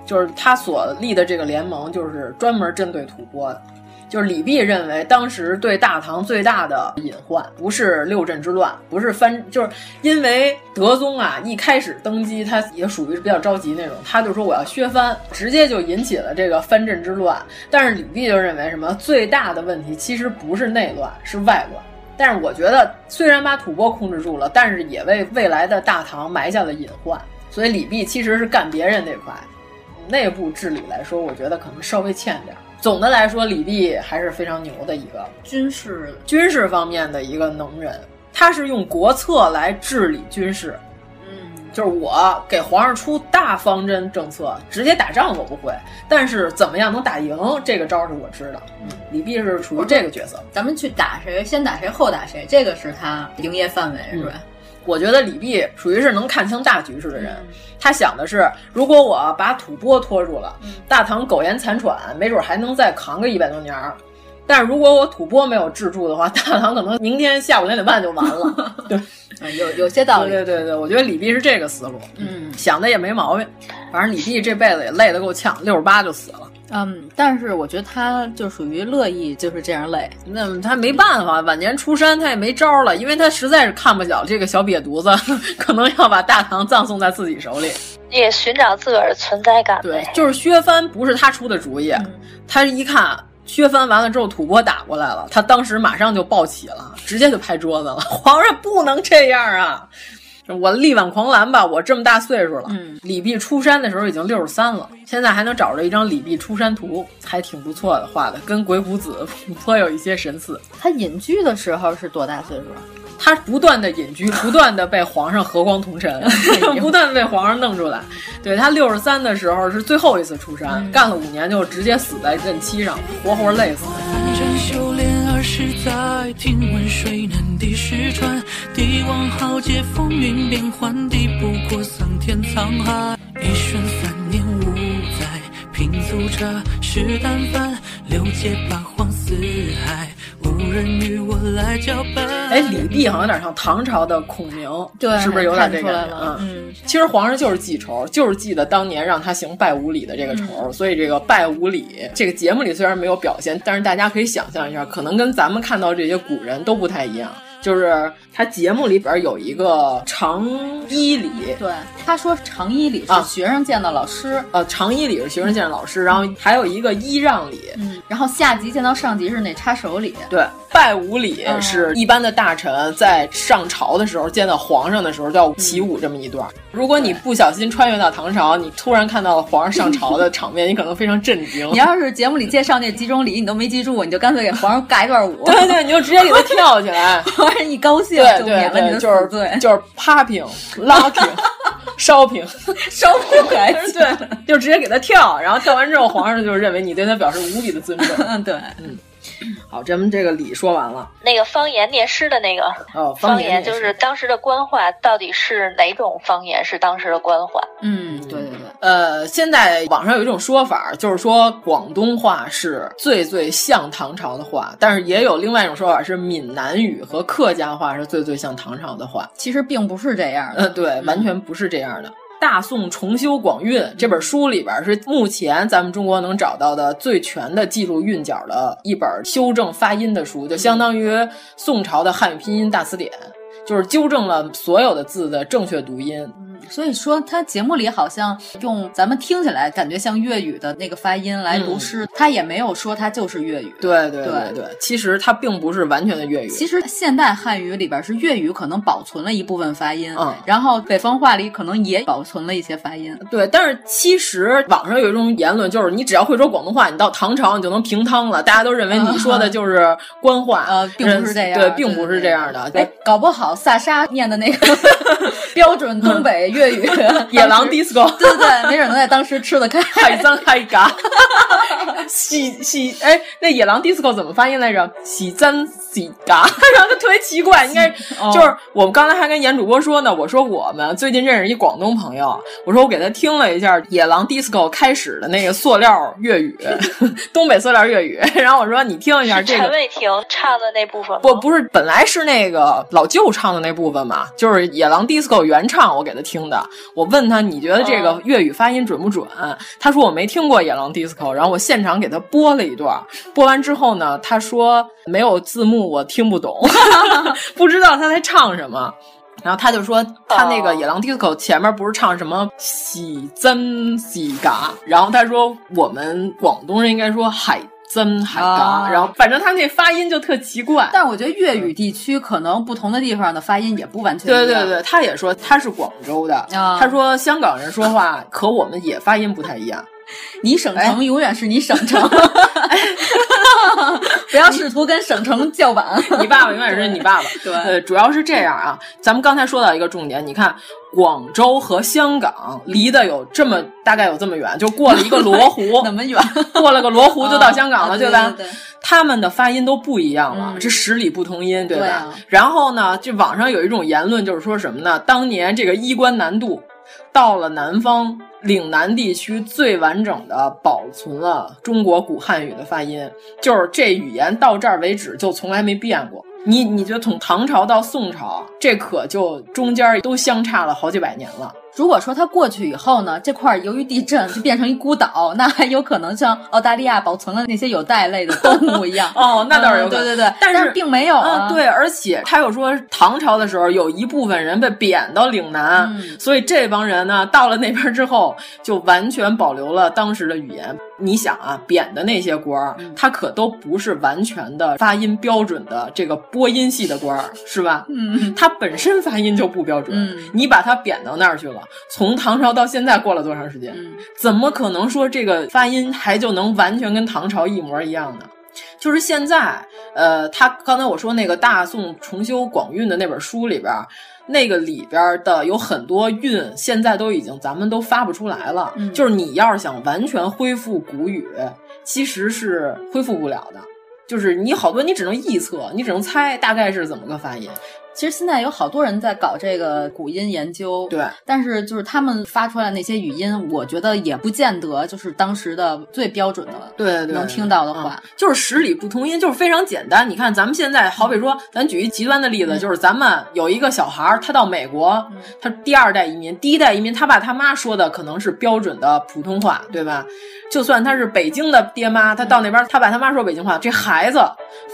就是他所立的这个联盟，就是专门针对吐蕃的。就是李泌认为，当时对大唐最大的隐患不是六镇之乱，不是藩，就是因为德宗啊一开始登基，他也属于是比较着急那种，他就说我要削藩，直接就引起了这个藩镇之乱。但是李泌就认为，什么最大的问题其实不是内乱，是外乱。但是我觉得，虽然把吐蕃控制住了，但是也为未来的大唐埋下了隐患。所以李泌其实是干别人那块，内部治理来说，我觉得可能稍微欠点儿。总的来说，李泌还是非常牛的一个
军事
军事方面的一个能人，他是用国策来治理军事，
嗯，
就是我给皇上出大方针政策，直接打仗我不会，但是怎么样能打赢这个招儿是我知道。嗯，李泌是处于这个角色。
咱们去打谁，先打谁，后打谁，这个是他营业范围是吧？
我觉得李泌属于是能看清大局势的人
嗯，
他想的是，如果我把吐蕃拖住了
嗯，
大唐苟延残喘，没准还能再扛个一百多年儿。但是如果我吐蕃没有治住的话， 大唐可能明天下午两点半就 完了。对
嗯，有有些道理。
对对对，我觉得李泌是这个思路，
嗯
想的也没毛病。反正李泌这辈子也累得够呛，六十八就死了。
嗯，但是我觉得他就属于乐意就是这样累，
那么他没办法，晚年出山他也没招儿了，因为他实在是看不了这个小瘪犊子， 可能要把大唐葬送在自己手里。
也寻找自个儿的存在感
对
呗，。
就是削藩不是他出的主意，他一看削藩完了之后，吐蕃打过来了，他当时马上就抱起了，直接就拍桌子了。 皇上不能这样啊！我力挽狂澜吧，我这么大岁数了。
嗯，
李泌出山的时候已经六十三了，现在还能找着一张李泌出山图，还挺不错的，画的跟鬼谷子 颇有一些神似。
他隐居的时候是多大岁数啊？
他不断的隐 居，不断的被皇上和光同尘，不断的被皇上弄出来。对他六十三的时候是最后一次出山，
嗯
干了五年就直接死在任期上，活活累死。
嗯
哎，李泌好像有点像唐朝的孔明，
对，
是不是有点这
看出来
感觉？
了？
嗯。
嗯，
其实皇上就是记仇，就是记得当年让他行拜五礼的这个仇，所以这个拜五礼这个节目里虽然没有表现，但是大家可以想象一下，可能跟咱们看到这些古人都不太一样。就是他节目里边有一个长衣礼，
对，他说长衣礼
啊
是学生见到老师，
呃，长衣礼是学生见老师，然后还有一个衣让礼，
嗯，然后下级见到上级是那插手礼，
对，拜五礼
嗯
是一般的大臣在上朝的时候见到皇上的时候
嗯
叫起舞这么一段儿。如果你不小心穿越到唐朝，你突然看到了皇上上朝的场面，你可能非常震 惊
你。要是节目里介绍那几种礼，你都没记住，你就干脆给皇上尬一段舞。
对对，你就直接给他跳 起来。
皇上一高兴
对
就
对
免了你
对，
的
就是
死罪，
就是 popping、locking、shopping，
烧不来气。
对，就直接给他跳，然后跳完之后，皇上就认为你对他表示无比的 尊重。
嗯，对，
好，咱们这个礼说完了。
那个方言念诗的那个
哦，
方
言
言，
也
就是当时的官话到底是哪种方言？是当时的官话？
嗯，对对对，
呃，现在网上有一种说法，就是说广东话是最最像唐朝的话，但是也有另外一种说法是闽南语和客家话是最最像唐朝的话。
其实并不是这样的。
呃，对，完全不是这样的。大宋重修广韵》这本书里边是目前咱们中国能找到的最全的记录韵脚的一本修正发音的书，就相当于宋朝的汉语拼音大词典，就是纠正了所有的字的正确读音。
所以说，他节目里好像用咱们听起来感觉像粤语的那个发音来读诗，他也没有说它就是粤语。
嗯对对
对
对，其实它并不是完全的粤语。
其实现代汉语里边是粤语可能保存了一部分发音，
嗯
然后北方话里可能也保存了一些发音。
对，但是其实网上有一种言论，就是你只要会说广东话，你到唐朝你就能平汤了。大家都认为你说的就是官话，
嗯呃，并不是这样，
对，并不是这样的。
对对哎，搞不好萨沙念的那 个标准东北粤语
野狼
当时
disco，
对对对，没准能在当时吃得开。
海脏海嘎，喜喜哎，那野狼 disco 怎么发音来着？喜脏喜嘎， 然后就特别奇怪，应该 就是我们刚才还跟严主播说呢，我说我们最近认识一广东朋友，我说我给他听了一下野狼 disco 开始的那个塑料粤语， 东北塑料粤语，然后我说你听一下这
陈
个。
伟霆唱的那部分吗
不，不是，本来是那个老舅唱的那部分嘛，就是野狼 disco 原唱，我给他听的。我问他你觉得这个粤语发音准不准？他说我没听过野狼 disco，然后我现场给他播了一段，播完之后呢，他说没有字幕，我听不懂， 不知道他在唱什么。然后他就说，他那个野狼 disco 前面不是唱什么喜增喜嘎，然后他说我们广东人应该说海增海嘎，
啊
然后反正他那发音就特奇怪。
但我觉得粤语地区可能不同的地方的发音也不完全
对
一
对
样。
对，他也说他是广州的，
啊
他说香港人说话和我们也发音不太 一样。
你省
哎
城永远是你省 城，不要试图跟省城叫板。
你爸爸永远是你爸爸。
对，
呃，主要是这样啊。咱们刚才说到一个重点，你看广州和香港离得有这么大概有这么远，就过了一个罗 湖
那么远，
过了个罗湖就到香港了，
啊
对吧？
对对对
他们的发音都不一样了，
嗯
这十里不同音，对吧？
对啊
然后呢，这网上有一种言论就是说什么呢？当年这个衣冠南渡到了南方。岭南地区最完整的保存了中国古汉语的发音，就是这语言到这儿为止就从来没变过。你你觉得从唐朝到宋朝，这可就中间都相差了好几百年了。。
如果说它过去以后呢，这块儿由于地震就变成一孤岛，那还有可能像澳大利亚保存了那些有袋类的动物一样
哦那倒是有
嗯
可
对
能
对对，
但是
但并没有啊。
嗯对，而且他又说唐朝的时候有一部分人被贬到岭南，
嗯
所以这帮人呢到了那边之后就完全保留了当时的语言。你想啊，贬的那些官儿，
嗯
他可都不是完全的发音标准的这个播音系的官儿，是吧？
嗯，
他本身发音就不标准，
嗯
你把他贬到那儿去了，从唐朝到现在过了多长时间？
嗯
怎么可能说这个发音还就能完全跟唐朝一模一样呢？就是现在，呃，他刚才我说那个大宋重修广韵的那本书里边儿，那个里边儿的有很多韵，现在都已经咱们都发不出来了。
嗯
就是你要是想完全恢复古语，其实是恢复不了的。就是你好多你只能臆测，你只能猜大概是怎么个发音。
其实现在有好多人在搞这个古音研究。
对，
但是就是他们发出来的那些语音，我觉得也不见得就是当时的最标准的。
对对对，
能听到的话
嗯就是十里不同音，就是非常简单。你看，咱们现在好比说，咱举一极端的例子，
嗯
就是咱们有一个小孩儿，他到美国，
嗯
他第二代移民，第一代移民，他爸他妈说的可能是标准的普通话，对吧？就算他是北京的爹妈，他到那边，他爸他妈说北京话，这孩子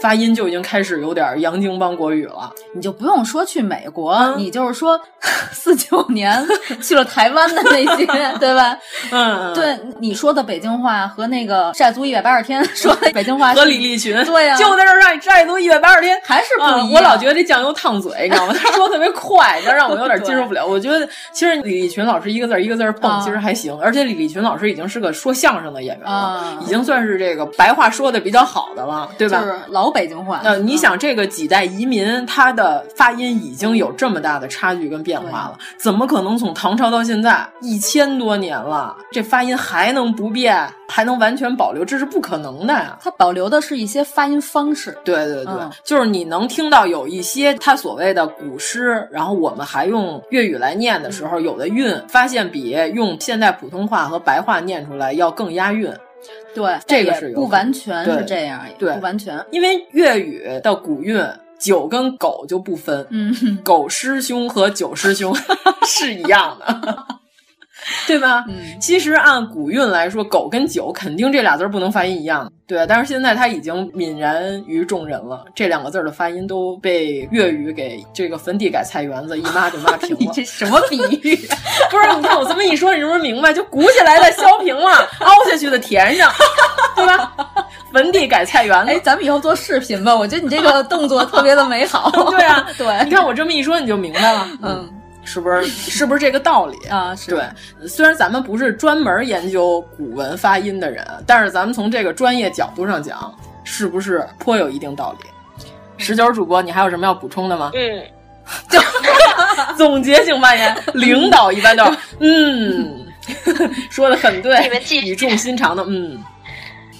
发音就已经开始有点洋泾浜国语了。
你就不用说去美国，
嗯
你就是说 四九 年去了台湾的那些，对吧？
嗯，，
对你说的北京话和那个晒足一百八十天 说的北京话是
和李立群，
对呀
就在这儿让你站足一百八十天，
还是不
啊
一样。
我老觉得这酱油烫嘴，你知 道吗？他说得特别快，这让我有点接受不了。我觉得其实李立群老师一个字儿一个字儿蹦，
啊
其实还行。而且李立群老师已经是个说相声的演员了
啊，
已经算是这个白话说的比较好的了，对
就
吧？嗯
是老北京话。嗯
呃，你想这个几代移民，他的发音已经有这么大的差距跟变化了，怎么可能从唐朝到现在一千多年了，这发音还能不变，还能完全保留？这是不可能的呀！
它保留的是一些发音方式。
对对对，
嗯
就是你能听到有一些它所谓的古诗，然后我们还用粤语来念的时候，有的韵发现比用现代普通话和白话念出来要更押韵。
对，但
这个
也
是有
不完全
对
是这样，也
对
不完全。
因为粤语的古韵九跟狗就不分，
嗯，
狗师兄和九师兄 是一样的，对吧？
嗯
其实按古韵来说，狗跟九肯定这俩字儿不能发音一样，对。啊但是现在它已经泯然于众人了，这两个字儿的发音都被粤语给这个坟地改菜园子一抹就抹平
你
了。
这什么比喻？
不是，你看我这么一说，你是不是明白？就鼓起来的削平了，凹下去的填上， 对吧？坟地改菜园 子
哎，，咱们以后做视频吧，我觉得你这个动作特别的美好。
对啊
对，
你看我这么一说，你就明白了，
嗯
是不是？是不是这个道理？
啊，是
对，虽然咱们不是专门研究古文发音的人，但是咱们从这个专业角度上讲，是不是颇有一定道理？十九主播，你还有什么要补充的吗？
嗯，
总结性发言，领导一般都 是嗯，说的很对，
你们继续
语重心长的嗯。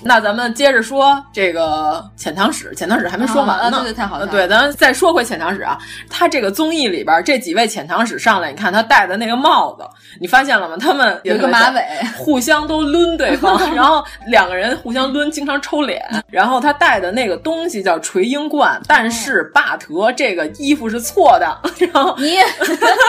那咱们接着说这个遣唐使，遣唐使还没说完
啊
呢。
对对，太好了，
呃，对，咱再说回遣唐使啊，他这个综艺里边这几位遣唐使上来，你看他戴的那个帽子，你发现了吗？他们
有一个马尾，
互相都抡对方， 然后两个人互相抡，经常抽脸。然后他戴的那个东西叫垂缨冠，但是霸特这个衣服是错的。然后
你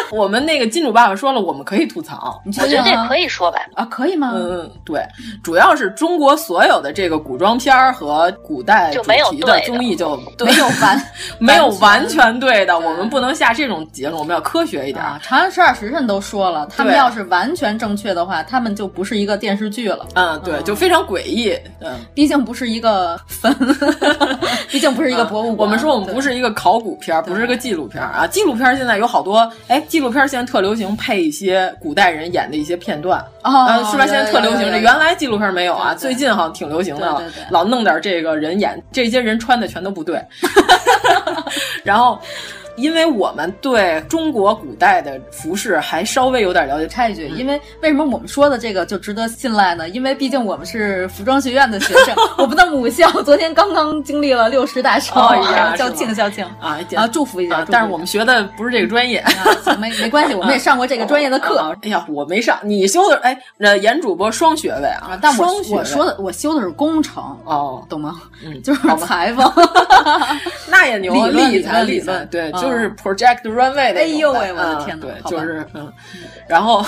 我们那个金主爸爸说了，我们可以吐槽。
你确
我觉
定
得这
吗
可以说吧。
啊，可以吗？
嗯，对，主要是中国所有的这个古装片儿和古代主
就没有
题的
对的
综艺就对
没有完，
没有完全对的，我们不能下这种结论，我们要科学一点。
啊，《长安十二时辰》都说了，他们
对
要是完全正确的话，他们就不是一个电视剧了，
嗯，对，就非常诡异。嗯，
毕竟不是一个坟， 毕竟不是一个博物馆。
嗯啊我们说我们不是一个考古片儿，不是个纪录片儿啊。纪录片儿现在有好多，哎，纪录片儿现在特流行配一些古代人演的一些片段，
啊
啊，，是吧？现在特流行
有有有
这，
有
原来纪录片没有啊，
对对
最近好像挺流行的了
对对对，
老弄点这个人演，这些人穿的全都不对。 然后，因为我们对中国古代的服饰还稍微有点了解，
插一句，嗯因为为什么我们说的这个就值得信赖呢？因为毕竟我们是服装学院的学 生，我们的母校昨天刚刚经历了六十大寿
哦呀，
校
是吗
庆校庆
啊也
啊，祝福一下
啊。
祝福一下
但是我们学的不是这个专业。
啊行没没关系，我
嗯
们也上过这个专业的课
啊哎呀，我没上，你修的哎，那严主播双学位啊
啊，，但我
双学位
我说的我修的是工程，
哦，
懂吗？
嗯
就是
好吧
裁 缝。
那也牛，啊
理论
理财
理论
理
理论
对，
嗯
就是 Project Runway 的。
哎呦喂我的
嗯
天哪
对，
好吧
就是嗯，然 后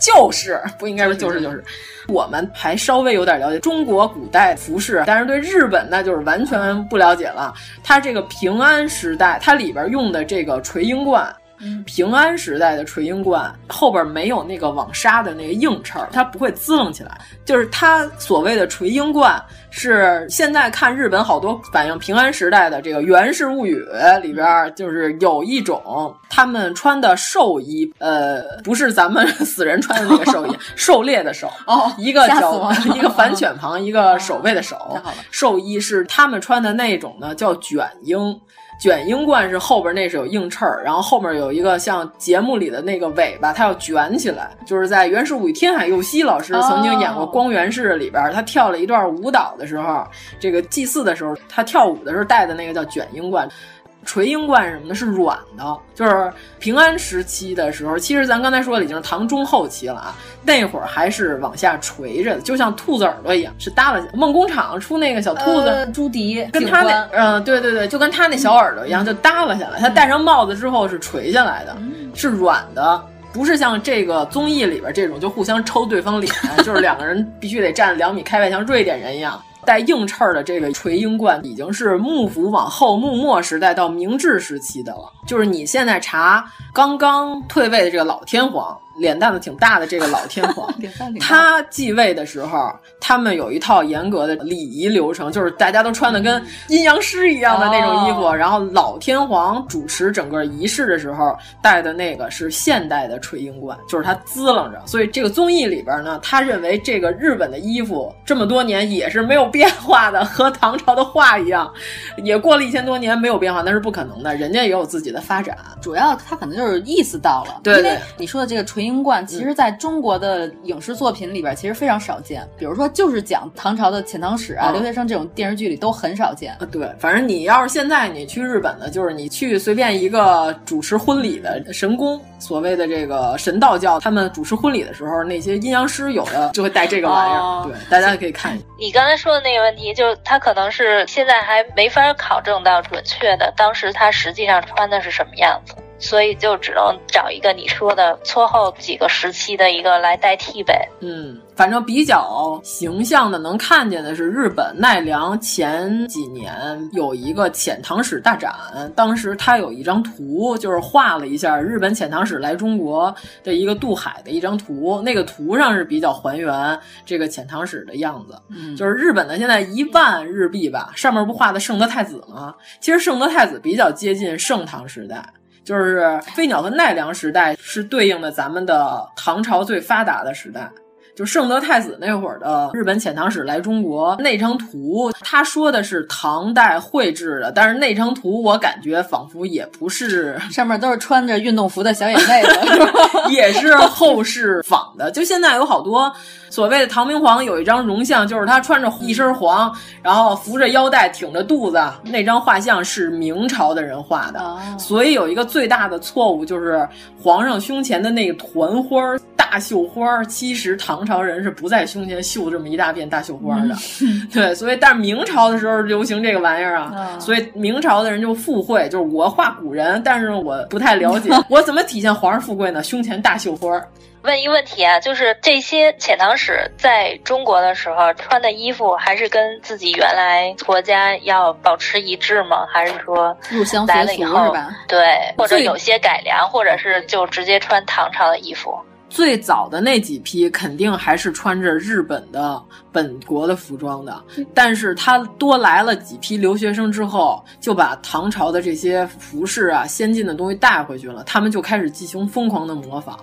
就是不应该说就是就是，我们还稍微有点了解中国古代服饰，但是对日本那就是完全不了解了。它这个平安时代，它里边用的这个垂缨冠。
嗯
平安时代的垂缨冠后边没有那个网纱的那个硬翅儿，它不会滋楞起来。就是它所谓的垂缨冠，是现在看日本好多反映平安时代的这个《源氏物语》里边儿，就是有一种他们穿的寿衣，呃，不是咱们死人穿的那个寿衣，狩猎的狩，
哦
一个
吓死
脚
我了哦
一个反犬旁，一个守卫的守
太好了，
寿衣是他们穿的那种呢，叫卷缨。卷缨冠是后边那是有硬翅儿，然后后面有一个像节目里的那个尾巴，它要卷起来。就是在《源氏物语》天海佑希老师曾经演过
哦
《光源氏》里边儿，他跳了一段舞蹈的时候，这个祭祀的时候，他跳舞的时候戴的那个叫卷缨冠。垂缨冠什么的是软的，就是平安时期的时候，其实咱刚才说的已经是唐中后期了啊，那会儿还是往下垂着的，就像兔子耳朵一样，是耷拉下。梦工厂出那个小兔 子，
呃朱迪
跟
警
他那
官，
嗯、对对对，就跟他那小耳朵一样，就耷拉下来。他戴上帽子之后是垂下来的，是软的，不是像这个综艺里边这种就互相抽对方脸，啊就是两个人必须得站两米开外，像瑞典人一样。带硬翅儿的这个垂缨冠已经是幕府往后幕末时代到明治时期的了，就是你现在查刚刚退位的这个老天皇，脸蛋子挺大的这个老天皇
脸蛋挺大
他继位的时候，他们有一套严格的礼仪流程，就是大家都穿的跟阴阳师一样的那种衣服。
嗯哦
然后老天皇主持整个仪式的时候戴的那个是现代的垂缨冠，就是他滋楞着。所以这个综艺里边呢，他认为这个日本的衣服这么多年也是没有变化的，和唐朝的画一样，也过了一千多年没有变化，那是不可能的。人家也有自己的发展。
主要他可能就是意思到了，
对对嗯
因为你说的这个垂缨冠，其实在中国的影视作品里边其实非常少见，比如说就是讲唐朝的遣唐使啊、
嗯
留学生这种电视剧里都很少见。
啊，对，反正你要是现在你去日本的，就是你去随便一个主持婚礼的神宫，所谓的这个神道教，他们主持婚礼的时候，那些阴阳师有的就会带这个玩意儿，
哦
对，大家可以看一下。
你刚才说的那个问题，就是他可能是现在还没法考证到准确的，当时他实际上穿的是什么样子，所以就只能找一个你说的搓后几个时期的一个来代替呗。
嗯，反正比较形象的能看见的是，日本奈良前几年有一个遣唐使大展，当时他有一张图，就是画了一下日本遣唐使来中国的一个渡海的一张图，那个图上是比较还原这个遣唐使的样子。
嗯，
就是日本的现在一万日币吧，上面不画的圣德太子吗？其实圣德太子比较接近盛唐时代，就是飞鸟和奈良时代是对应的咱们的唐朝最发达的时代。就圣德太子那会儿的日本遣唐使来中国那张图，他说的是唐代绘制的，但是那张图我感觉仿佛也不是
上面都是穿着运动服的小野妹子，是吧
也是后世仿的。就现在有好多所谓的唐明皇有一张容像，就是他穿着一身黄，然后扶着腰带，挺着肚子，那张画像是明朝的人画的。
哦
所以有一个最大的错误就是皇上胸前的那个团花儿、大绣花儿，其实唐朝人是不在胸前绣这么一大片大绣花儿的。 对，所以但是明朝的时候流行这个玩意儿啊，
嗯
所以明朝的人就富贵，就是我画古人，但是我不太了解，我怎么体现皇上富贵呢？胸前大绣花儿，
问一个问题啊，就是这些遣唐使在中国的时候穿的衣服，还是跟自己原来国家要保持一致吗？还是说
入乡
来
随
了
俗
以
是
后
吧？
对，或者
最
有些改良，或者是就直接穿唐朝的衣服？
最早的那几批肯定还是穿着日本的本国的服装的，
嗯
但是他多来了几批留学生之后，就把唐朝的这些服饰啊、先进的东西带回去了，他们就开始进行疯狂的模仿。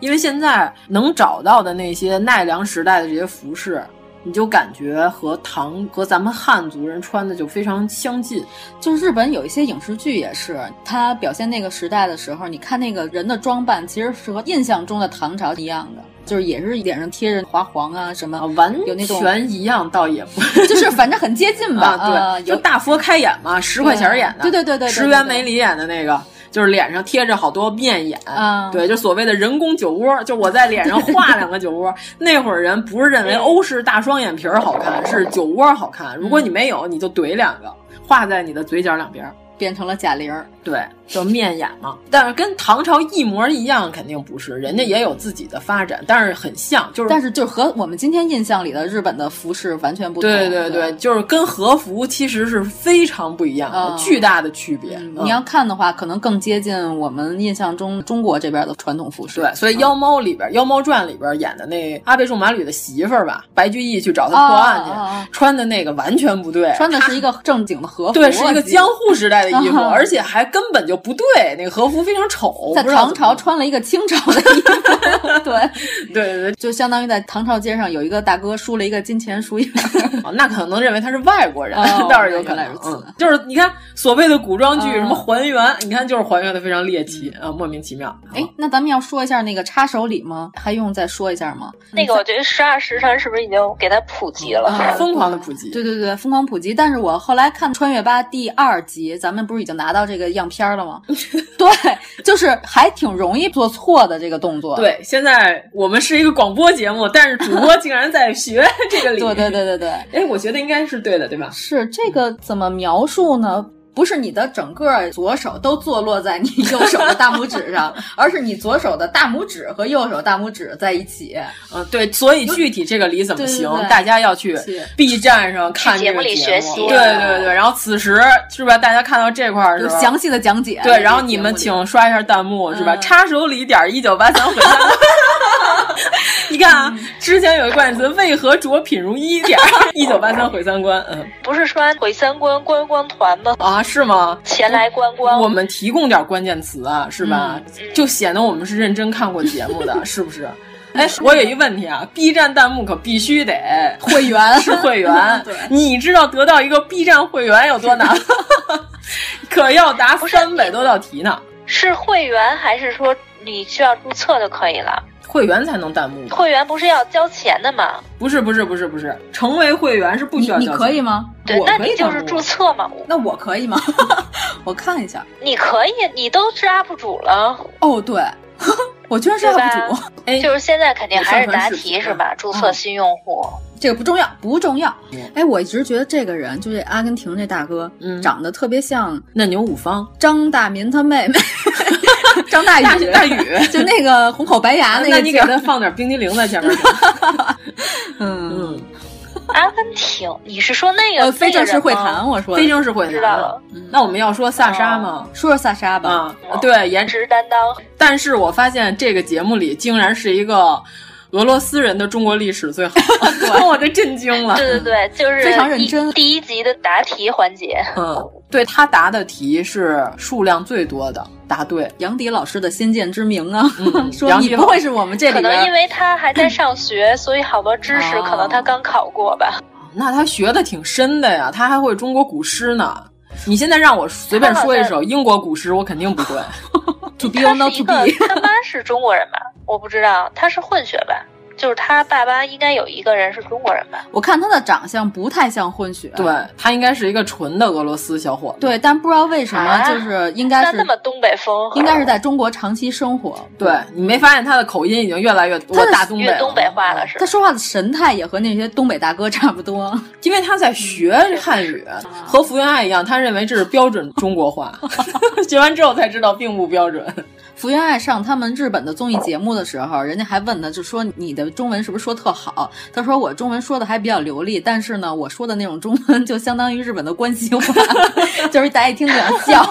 因为现在能找到的那些奈良时代的这些服饰，你就感觉和唐和咱们汉族人穿的就非常相近。
就是日本有一些影视剧也是，它表现那个时代的时候，你看那个人的装扮，其实是和印象中的唐朝一样的，就是也是脸上贴着华黄啊什么
啊，，完
有那种
全一样，倒也不
就是反正很接近吧。
啊，对，
有嗯
就大佛开演嘛，十块钱演的，
对对对对对对
石原梅里演的那个。就是脸上贴着好多面眼，
啊
对，就所谓的人工酒窝，就我在脸上画两个酒窝。 那会儿人不是认
嗯
为欧式大双眼皮儿好看，是酒窝好看。如
嗯
果你没有，你就怼两个，画在你的嘴角两边儿。
变成了贾玲儿。
对，就面眼嘛。但是跟唐朝一模一样，肯定不是，人家也有自己的发展，但是很像，就是
但是就和我们今天印象里的日本的服饰完全不同。
对对对，就是跟和服其实是非常不一样的，
嗯
巨大的区别。
嗯
嗯
你要看的话，可能更接近我们印象中中国这边的传统服饰。
对，所以《妖猫》里边，《妖猫传》里边演的那阿倍仲麻吕的媳妇儿吧，白居易去找他
啊
破案去，
啊啊
穿的那个完全不对，
穿的是一个正经的和服，啊
对，是一个
我记得
江户时代的衣服，
啊
而且还根本就不对，那个和服非常丑，
在
不知道
唐
怎么
朝穿了一个清朝的衣服，对，
对对对。
就相当于在唐朝街上有一个大哥输了一个金钱输赢，
哦那可能认为他是外国人，
哦
倒是有可
原来
能
如。此
嗯就是你看所谓的古装剧，
嗯
什么还原，你看就是还原的非常猎奇啊，莫名其妙。
哎，那咱们要说一下那个插手礼吗？还用再嗯说一下吗？
那个我觉得十二时辰是不是已经给它普及了？
啊疯狂的普及，
对对对，疯狂普及。但是我后来看《穿越吧》第二集，咱们不是已经拿到这个样片儿了 吗？对，就是还挺容易做错的这个动作。
对，现在我们是一个广播节目，但是主播竟然在学这个理。
对对对对对，
哎，我觉得应该是对的，对吧？
是这个怎么描述呢？不是你的整个左手都坐落在你右手的大拇指上， 而是你左手的大拇指和右手大拇指在一起。
嗯，对，所以具体这个梨怎么行，
对对对
大家要去 B 站上看
去
这
节目
个
里
节目
学习啊
对对对，然后此时是吧，大家看到这块儿
有
是吧
详细的讲解。
对，然后你们请刷一下弹幕是吧？插手里点儿一九八三回家。你看啊，之前有一关键词，为何着品如一点一九八三毁三观？嗯，
不是说毁三观观光团吗？
啊，是吗？
前来观光，嗯
我们提供点关键词啊，是吧？就显得我们是认真看过节目的，是不是？哎，我有一问题啊，B 站弹幕可必须得
会员，
是会员
对
你知道得到一个 B 站会员有多难吗？可要答三百多道题呢，
是会员还是说你需要注册就可以了？
会员才能弹幕呢。
会员不是要交钱的吗？
不是不是不是不是，成为会员是不需要
你
交钱
可以吗？
对
我，
那
可
你
以
就
弹
是
幕
注册嘛。我
那我可以吗？ 我看一下。
你可以，你都是 UP 主了，
哦，对， 我居然是
对
UP
吧
主，？
就是现在肯定还是答
也
题
算
是吧？注册新用户，
这个不重要，不重要。
嗯
哎，我一直觉得这个人，就这阿根廷这大哥，
嗯
长得特别像
嫩牛五方，
张大民他 妹妹，张大
大
宇，
大宇
就那个红口白
啊
牙
那
个
你
劲
给
儿。
他放点冰激凌在前面行吗。
嗯，
嗯，
阿根廷，你是说那
呃，
个
非正式会谈，
我
我说的
非正式会
知道
谈
了。，
那我们要说萨沙吗？
说说萨莎吧。
啊，对，颜值。
值担当。
但是我发现这个节目里竟然是一个俄罗斯人的中国历史最好，我都震惊了。
对对对，就是
非常认
一
真
第一集的答题环节，
嗯，对他答的题是数量最多的，答 对。
杨迪老师的《先见之明》啊，
嗯
说
杨迪
你不会是我们这
可
里
能因
边啊
为他还在上 学，所以好多知识可能他刚考过吧。
那他学的挺深的呀，他还会中国古诗呢。你现在让我随便说一
他好
首英国古诗，我肯定不会。
to be
他
or
是
not
一
to
个
be，
他妈是中国人吧？我不知道，他是混血吧？就是他爸爸应该有一个人是中国人吧？
我看他的长相不太像混血，
对他应该是一个纯的俄罗斯小伙子。
对，但不知道为什么，
啊
就是应该
他
是
那么东北风，
应该是在中国长期生活，
对你没发现他的口音已经越来越多
他的
大东北
越
了
东北话了是吧
他？说话的神态也和那些东北大哥差不多。
因为他在学
嗯
汉语，
啊
和福原爱一样，他认为这是标准中 国话。学完之后才知道并不标准。
福原爱上他们日本的综艺节目的时候，人家还问他，就说你的中文是不是说特好？他说我中文说的还比较流利，但是呢，我说的那种中文就相当于日本的关西话， 就是大家一听就想笑。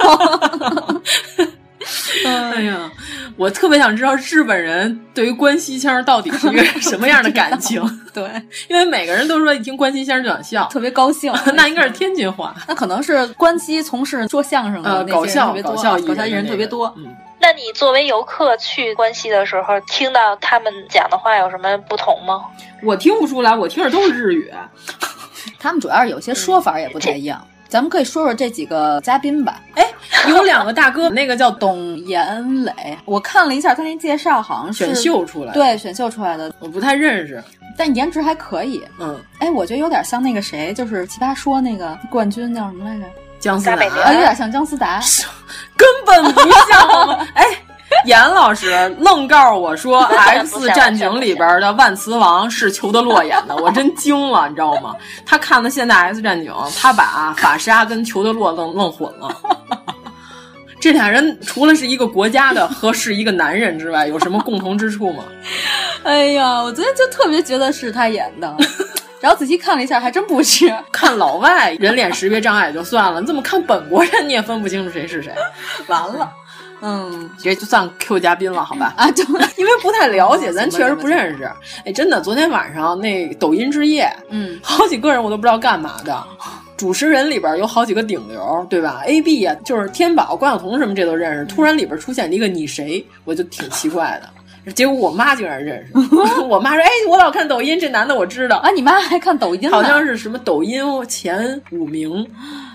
嗯
哎呀，我特别想知道日本人对于关西腔到底 是一个什么样的感情，
对，
因为每个人都说一听关西腔就想笑，。
特别高 兴
那应该是天津话。
那可能是关西从事说相声的
呃，
嗯那
搞
些人特
笑
别多，啊
搞笑
搞笑艺人
那
特别
个
多。
嗯，
那你作为游客去关西的时候，听到他们讲的话有什么不同吗？
我听不出来，我听着都是日语。
他们主要是有些说
嗯
法也不太一样。咱们可以说说这几个嘉宾吧。
哎，有两个大哥，那个叫董
董岩磊，我看了一下他那介绍，好像是
选秀出来，，
对选秀出来的，
我不太认识。
但颜值还可以。
嗯，
哎，我觉得有点像那个谁，就是《奇葩说》那个冠军叫什么来着？
姜思
大北
达
流
啊，有点像姜思达。
根本不像好吗。 哎，严老师愣告诉我说，《
不
X
像
战警》里边的万磁王是裘德洛演的，我真惊了，你知道吗？他看的现代《X 战警》，他把法沙跟裘德洛愣愣混了。这俩人除了是一个国家的和是一个男人之外，有什么共同之处吗？
哎呀，我昨天就特别觉得是他演 的，然后仔细看了一下，还真不是。
看老外人脸识别障碍也就算了，你怎么看本国人你也分不清楚谁是谁？
完了，嗯
这就算 Q 嘉宾了，好吧？
啊，就
因为不太了解，
嗯
咱
行吧
确实
行吧
不认 识。哎，真的，昨天晚上那抖音之夜，
嗯，
好几个人我都不知道干嘛的。主持人里边有好几个顶流，对吧？A B 呀、就是天宝、关晓彤什么这都认识。突然里边出现了一个你谁，我就挺奇怪的。结果我妈竟然 认识，我妈说：“哎，我老看抖音，这男的我知道
啊，，你妈还看抖音呢？
好像是什么抖音前五名，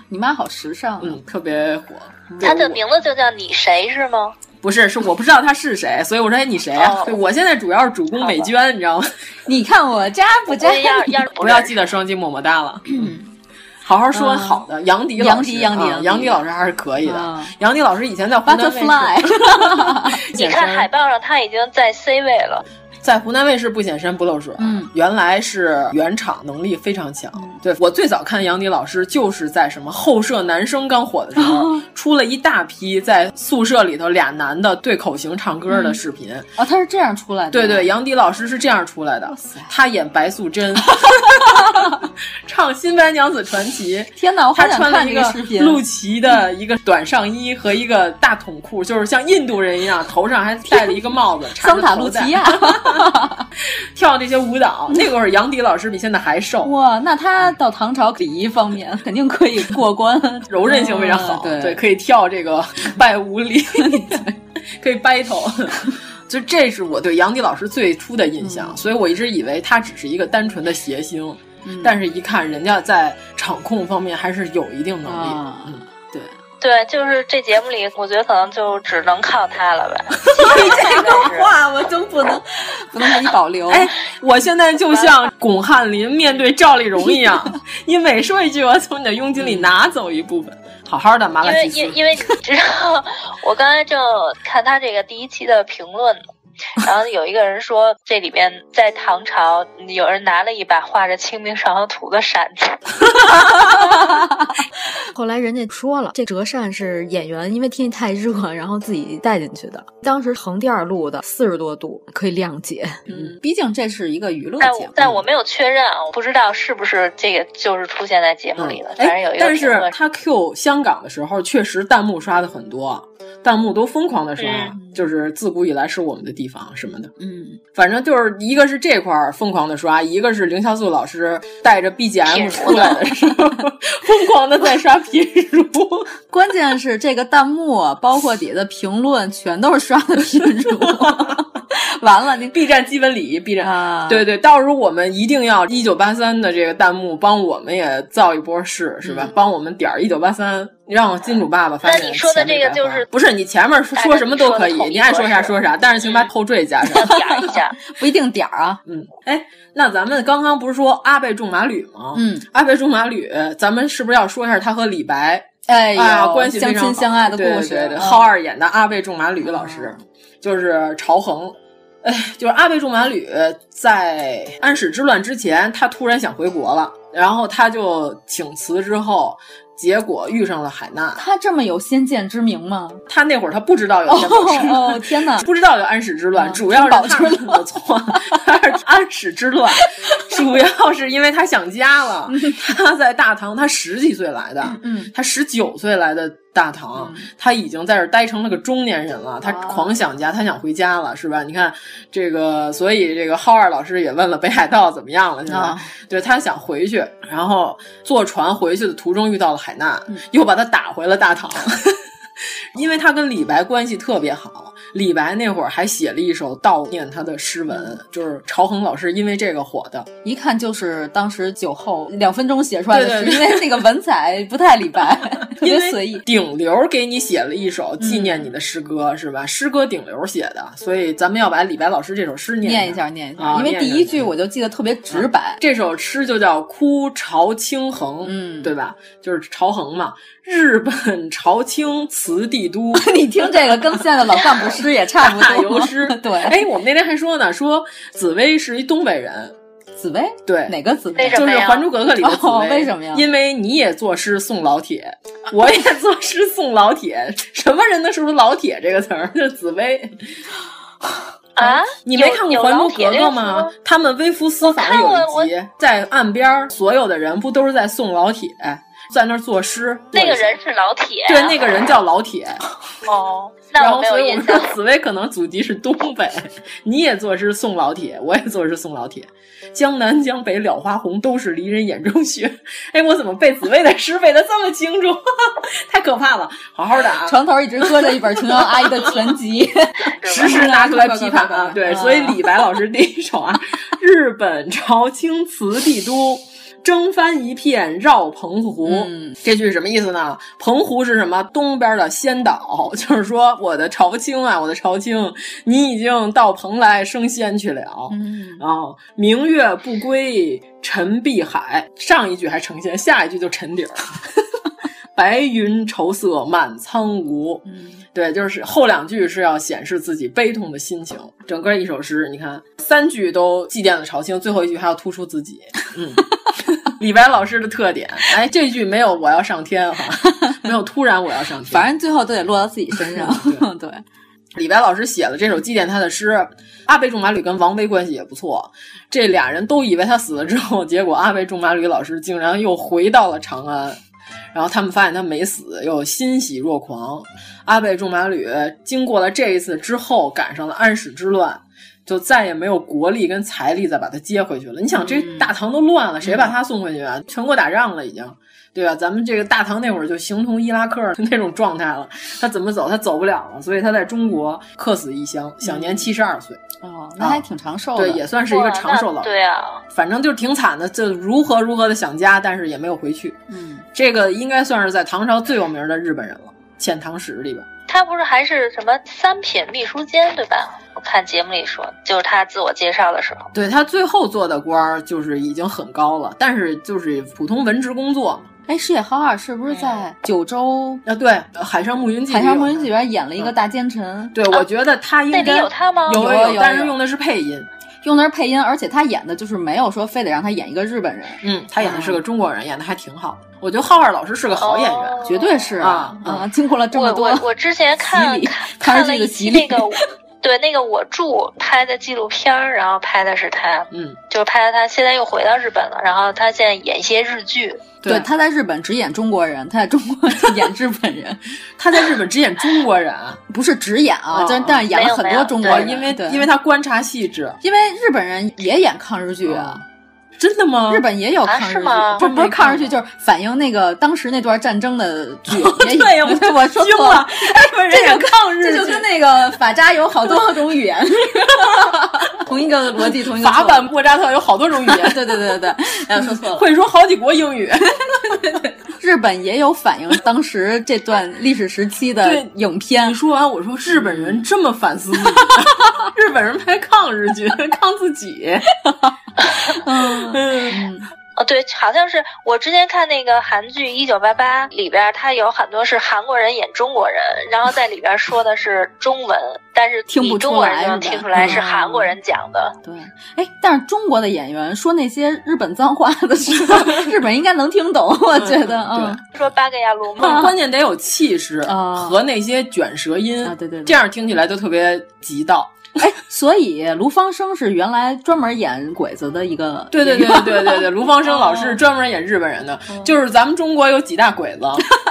你妈好时尚啊。
嗯，特别火。”
他的
对我
名字就叫你谁是吗？
不是，是我不知道他是谁，所以我说哎你谁啊？
哦
对我现在主要是主攻美娟，你知道吗？
你看我渣不渣
所？以要要是
不
认
要
识
记得双击么么哒了。 好好说好的，杨迪老师，
嗯杨迪杨迪
啊
杨迪
杨迪老师还是可以的
嗯。
杨迪老师以前在湖南卫视
Butterfly，
不
你
显
看海
身，
报上他已经在 C 位了，
在湖南卫视不显身不露水。
嗯，
原来是原厂能力非常强。对我最早看杨迪老师，就是在什么后舍男声刚火的时
哦
候，出了一大批在宿舍里头俩男的对口型唱歌的视频。
哦，他是这样出来的。
对对，杨迪老师是这样出来的，他演白 素贞，唱《新白娘子传奇》。
天哪，我
他
好想
穿了
看
一
这
个
个视频。
露脐的一个短上衣和一个大筒裤，就是像印度人一样，头上还戴了一个帽子，
桑塔露
脐
琪亚，
跳这些舞蹈。那个会儿杨迪老师比现在还瘦，
哇，那他到唐朝礼仪方面肯定可以过关，
柔韧性非
啊
常好，
嗯对
可以跳这个 拜 舞礼，可以 battle。就 这是我对杨迪老师最初的印
嗯
象，所以我一直以为他只是一个单纯的谐星，
嗯
但是一看人家在场控方面还是有一定能力。
啊
嗯，对，
对，就是这节目里，我觉得可能就只能靠他了 吧。
你这个话我真不能不能给你保留。
哎，我现在就像巩汉林面对赵丽蓉 一样，你每说一句，我要从你的佣金里拿走一部分，好好的麻
嗯因
辣
为
鸡
因
丝。
因为你知道，我刚才正看他这个第一期的评论呢，然后有一个人说，这里面在唐朝，有人拿了一把画着《清明上河图》的扇子。
后来人家说了，这折扇是演员因为天气太热，然后自己带进去的。当时横店儿录的四十多度，可以谅解。
嗯，毕竟这是一个娱乐
但
节目
我。
嗯
但我没有确认啊，我不知道是不是这个就是出现在节目里了。反正
哎
有，一个
但
评
是
论，
他 Q 香港的时候，确实弹幕刷的很多，弹幕都疯狂的刷，
嗯
就是自古以来是我们的地方什么的。
嗯，
反正就是一个是这块儿疯狂的刷，一个是凌潇肃老师带着 BGM 出来的时候， 疯狂的在刷皮 如。
关键是这个弹幕，啊包括底下的评论，全都是刷 的品如。完了，你
B 站基本礼，B 站
啊，
对对，到时候我们一定要一九八三的这个弹幕帮我们也造一波势，是吧？帮我们点儿一九八三，让金主爸爸发现。
嗯那你说的这个就是
不是你前面说
大家
说什么都可以
说的，统一
你爱说啥说啥，但是请
嗯
把后缀加上。
点儿一下，
不一定点儿啊。
嗯，哎，那咱们刚刚不是说阿贝种马吕吗？
嗯，
阿贝种马吕，咱们是不是要说一下他和李白
哎
呀，
呦
啊关系非
相
常
亲相
好
爱的故事，
对对对，
嗯
浩二演的阿贝仲马吕老师，就是朝恒。哎，就是阿贝仲马吕在安史之乱之前，他突然想回国了，然后他就请辞之后，结果遇上了海难。
他这么有先见之明吗？
他 那会儿他不知道有这回事，
哦哦天哪
不知道有安史之
啊
乱，主要是他我错， 他是安史之 乱，主要是因为他想家了。他在大唐，他十几岁来的，
嗯，
他十九岁来的大唐，他已经在这儿待成了个中年人
啊
了，他狂想家，他想回家了，是吧？你看这个，所以这个浩二老师也问了北海道怎么样了，是吧？
啊
对他想回去，然后坐船回去的途中遇到了海难，
嗯
又把他打回了大唐。 因为他跟李白关系特别好，李白那会儿还写了一首悼念他的诗
嗯
文，就是朝恒老师因为这个火的。
一看就是当时酒后两分钟写出来的
对
诗，
对
因
对
为那个文采不太李白，特
因
别
为
随意。嗯
顶流给你写了一首纪念你的诗歌，是吧？诗歌顶流写的，所以咱们要把李白老师这首诗念
念一
一
下，念一下，
啊
因为
念
第
一下嗯
一句我就记得特别直白。
这首诗就叫《哭朝清衡》，
嗯
对吧？就是朝衡嘛。日本朝清辞帝都，
你听这个跟现在的老干部诗也差不
大
多。。
游诗
对，
哎，我们那天还说呢，说紫薇是一东北人，
紫薇
对，
哪个紫薇
为？什
就
么
是《
呀
还珠格格》里的紫
哦
薇，
为什么呀
因为你也作诗送老铁，我也作诗送老铁， 什么人能说出“老铁”这个词儿？就是紫薇。
啊，
你没
有
看过《
有
还
老
珠
铁
格格
这个》
吗
词？
他们微服私访
看了
有一集，在岸边儿，所有的人不都是在送老铁，在那儿作诗。
那个
作一
人是老铁啊，
对，那个人叫老铁。
哦，
然
那我
后
没有
所以我
印
们
象
说。紫薇可能祖籍是东北，你也作诗送老铁，我也作诗送老铁。江南江北了花红，都是离人眼中雪。哎，我怎么背紫薇的诗 背的这么清楚？太可怕了！好好的啊，
床头一直搁着一本琼瑶阿姨的全 集，
时时拿出来批
快快快
判
快
啊。
快
对，
啊
所以李白老师第一首啊，日本朝清辞帝都。征帆一片绕澎湖，
嗯
这句是什么意思呢？澎湖是什么？东边的仙岛， 就是说我的朝清啊，我的朝清，你已经到蓬莱升仙去了。
嗯，
啊，明月不归沉碧海。上一句还成仙，下一句就沉底儿。 白云愁色满苍梧。
嗯，
对，就是后两句是要显示自己悲痛的心情。整个一首诗，你看三句都祭奠了朝清，最后一句还要突出自己。嗯， 李白老师的特点，哎，这句没有我要上天哈，没有突然我要上天，
反正最后都得落到自己身上。 对。
李白老师写了这首祭奠他的诗，阿倍仲麻吕跟王维关系也不错，这俩人都以为他死了之后，结果阿倍仲麻吕老师竟然又回到了长安，然后他们发现他没死，又欣喜若狂。阿倍仲麻吕经过了这一次之后，赶上了安史之乱，就再也没有国力跟财力再把他接回去了。你想，这大唐都乱了，谁把他送回去啊？全国打仗了已经。对吧？咱们这个大唐那会儿就形同伊拉克 那种状态了，他怎么走？他走不了了，所以他在中国客死异乡，享年七十二岁。
哦，那还挺长寿的，
对，也算是一个长寿老人。
嗯对啊，
反正就是挺惨的，就如何如何的想家，但是也没有回去。
嗯，
这个应该算是在唐朝最有名的日本人了，《遣唐使》里边。
他不是还是什么三品秘书监对吧？我看节目里说，就是他自我介绍的时候，
对他最后做的官儿就是已经很高了，但是就是普通文职工作嘛。
哎，矢野浩二是不是在九州
啊？对，《海上牧云记》
《海上牧云记》里边演了一个大奸臣。
对，我觉得他应该
啊那里有他吗？
有
有，
但是用的是配音，
用的是配音，而且他演的就是没有说非得让他演一个日本人。
嗯，他演的是个中国人，演的还挺好。我觉得浩二老师是个好演员，
绝对是啊啊！经过了这么多，
我我之前看看了一期那个。对，那个我住拍的纪录片儿，然后拍的是他，
嗯，
就是拍的他现在又回到日本了，然后他现在演一些日剧。
对，他在日本只演中国人，他在中国演日本 人，
他在日本只演中国 人，
不是只演
哦
啊，但但是演了很多中国人，
因为因为他观察细致，
因为日本人也演抗日剧啊。
真的吗？
日本也
啊
有抗日剧，不不是抗日剧，就是反映那个当时那段战争的 剧。
对呀，
我我说错
了，
这
就抗日，
这就跟那个法扎有好多种 语言，同一个逻辑，同一个
法版莫扎特有好多种语言。
对对对对对，哎，说错了，
会说好几国英语。
日本也有反映当时这段历史时期的 影片。
你说完，我说日本人这么反思， 日本人拍抗日剧， 抗自 己。
嗯嗯，
哦对，好像是我之前看那个韩剧《一九八八》里边，它有很多是韩国人演中国人，然后在里边说的是中文，但是
听不
中国人就能听出来是韩国人讲的。
嗯、对，哎，但是中国的演员说那些日本脏话的时候，日本应该能听懂，我觉得嗯，
说八个呀鲁
嘛，关键得有气势和那些卷舌音
啊啊，对对，
这样听起来就特别地道。
哎，所以卢芳生是原来专门演鬼子的一个，
对对对对对对，卢芳生老
哦
师专门演日本人的，哦、就是咱们中国有几大鬼子，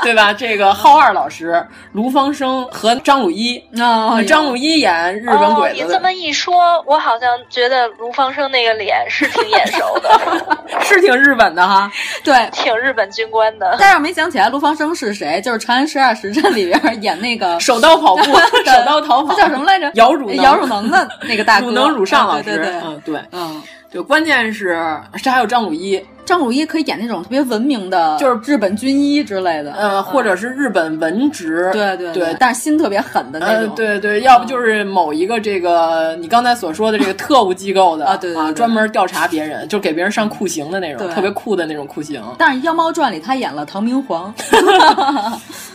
对吧？这个浩二老师、卢芳生和张鲁一，
哦、
嗯张鲁一演日本鬼子、
哦。你这么一说，我好像觉得卢芳生那个脸是挺眼熟的，
是挺日本的哈，
对，
挺日本军官的。
但是没想起来卢芳生是谁，就是《长安十二时辰》里边演那个
手刀 跑步、手刀逃跑，
他叫什么来着？
姚
哎
汝
姚汝。能的那个大哥，
汝能汝
啊
上老师，
对对对，
嗯对，
嗯
对，关键是这还有张鲁一，
张鲁一可以演那种特别文明的，
就是
日本军医之类的，
呃，
嗯
或者是日本文职，
对对呃
对，
但是心特别狠的那种，
呃对对，要不就是某一个这个你刚才所说的这个特务机构的
啊，对
啊，专门调查别人，就给别人上酷刑的那种，特别酷的那种酷刑。
但是《妖猫传》里他演了唐明 皇，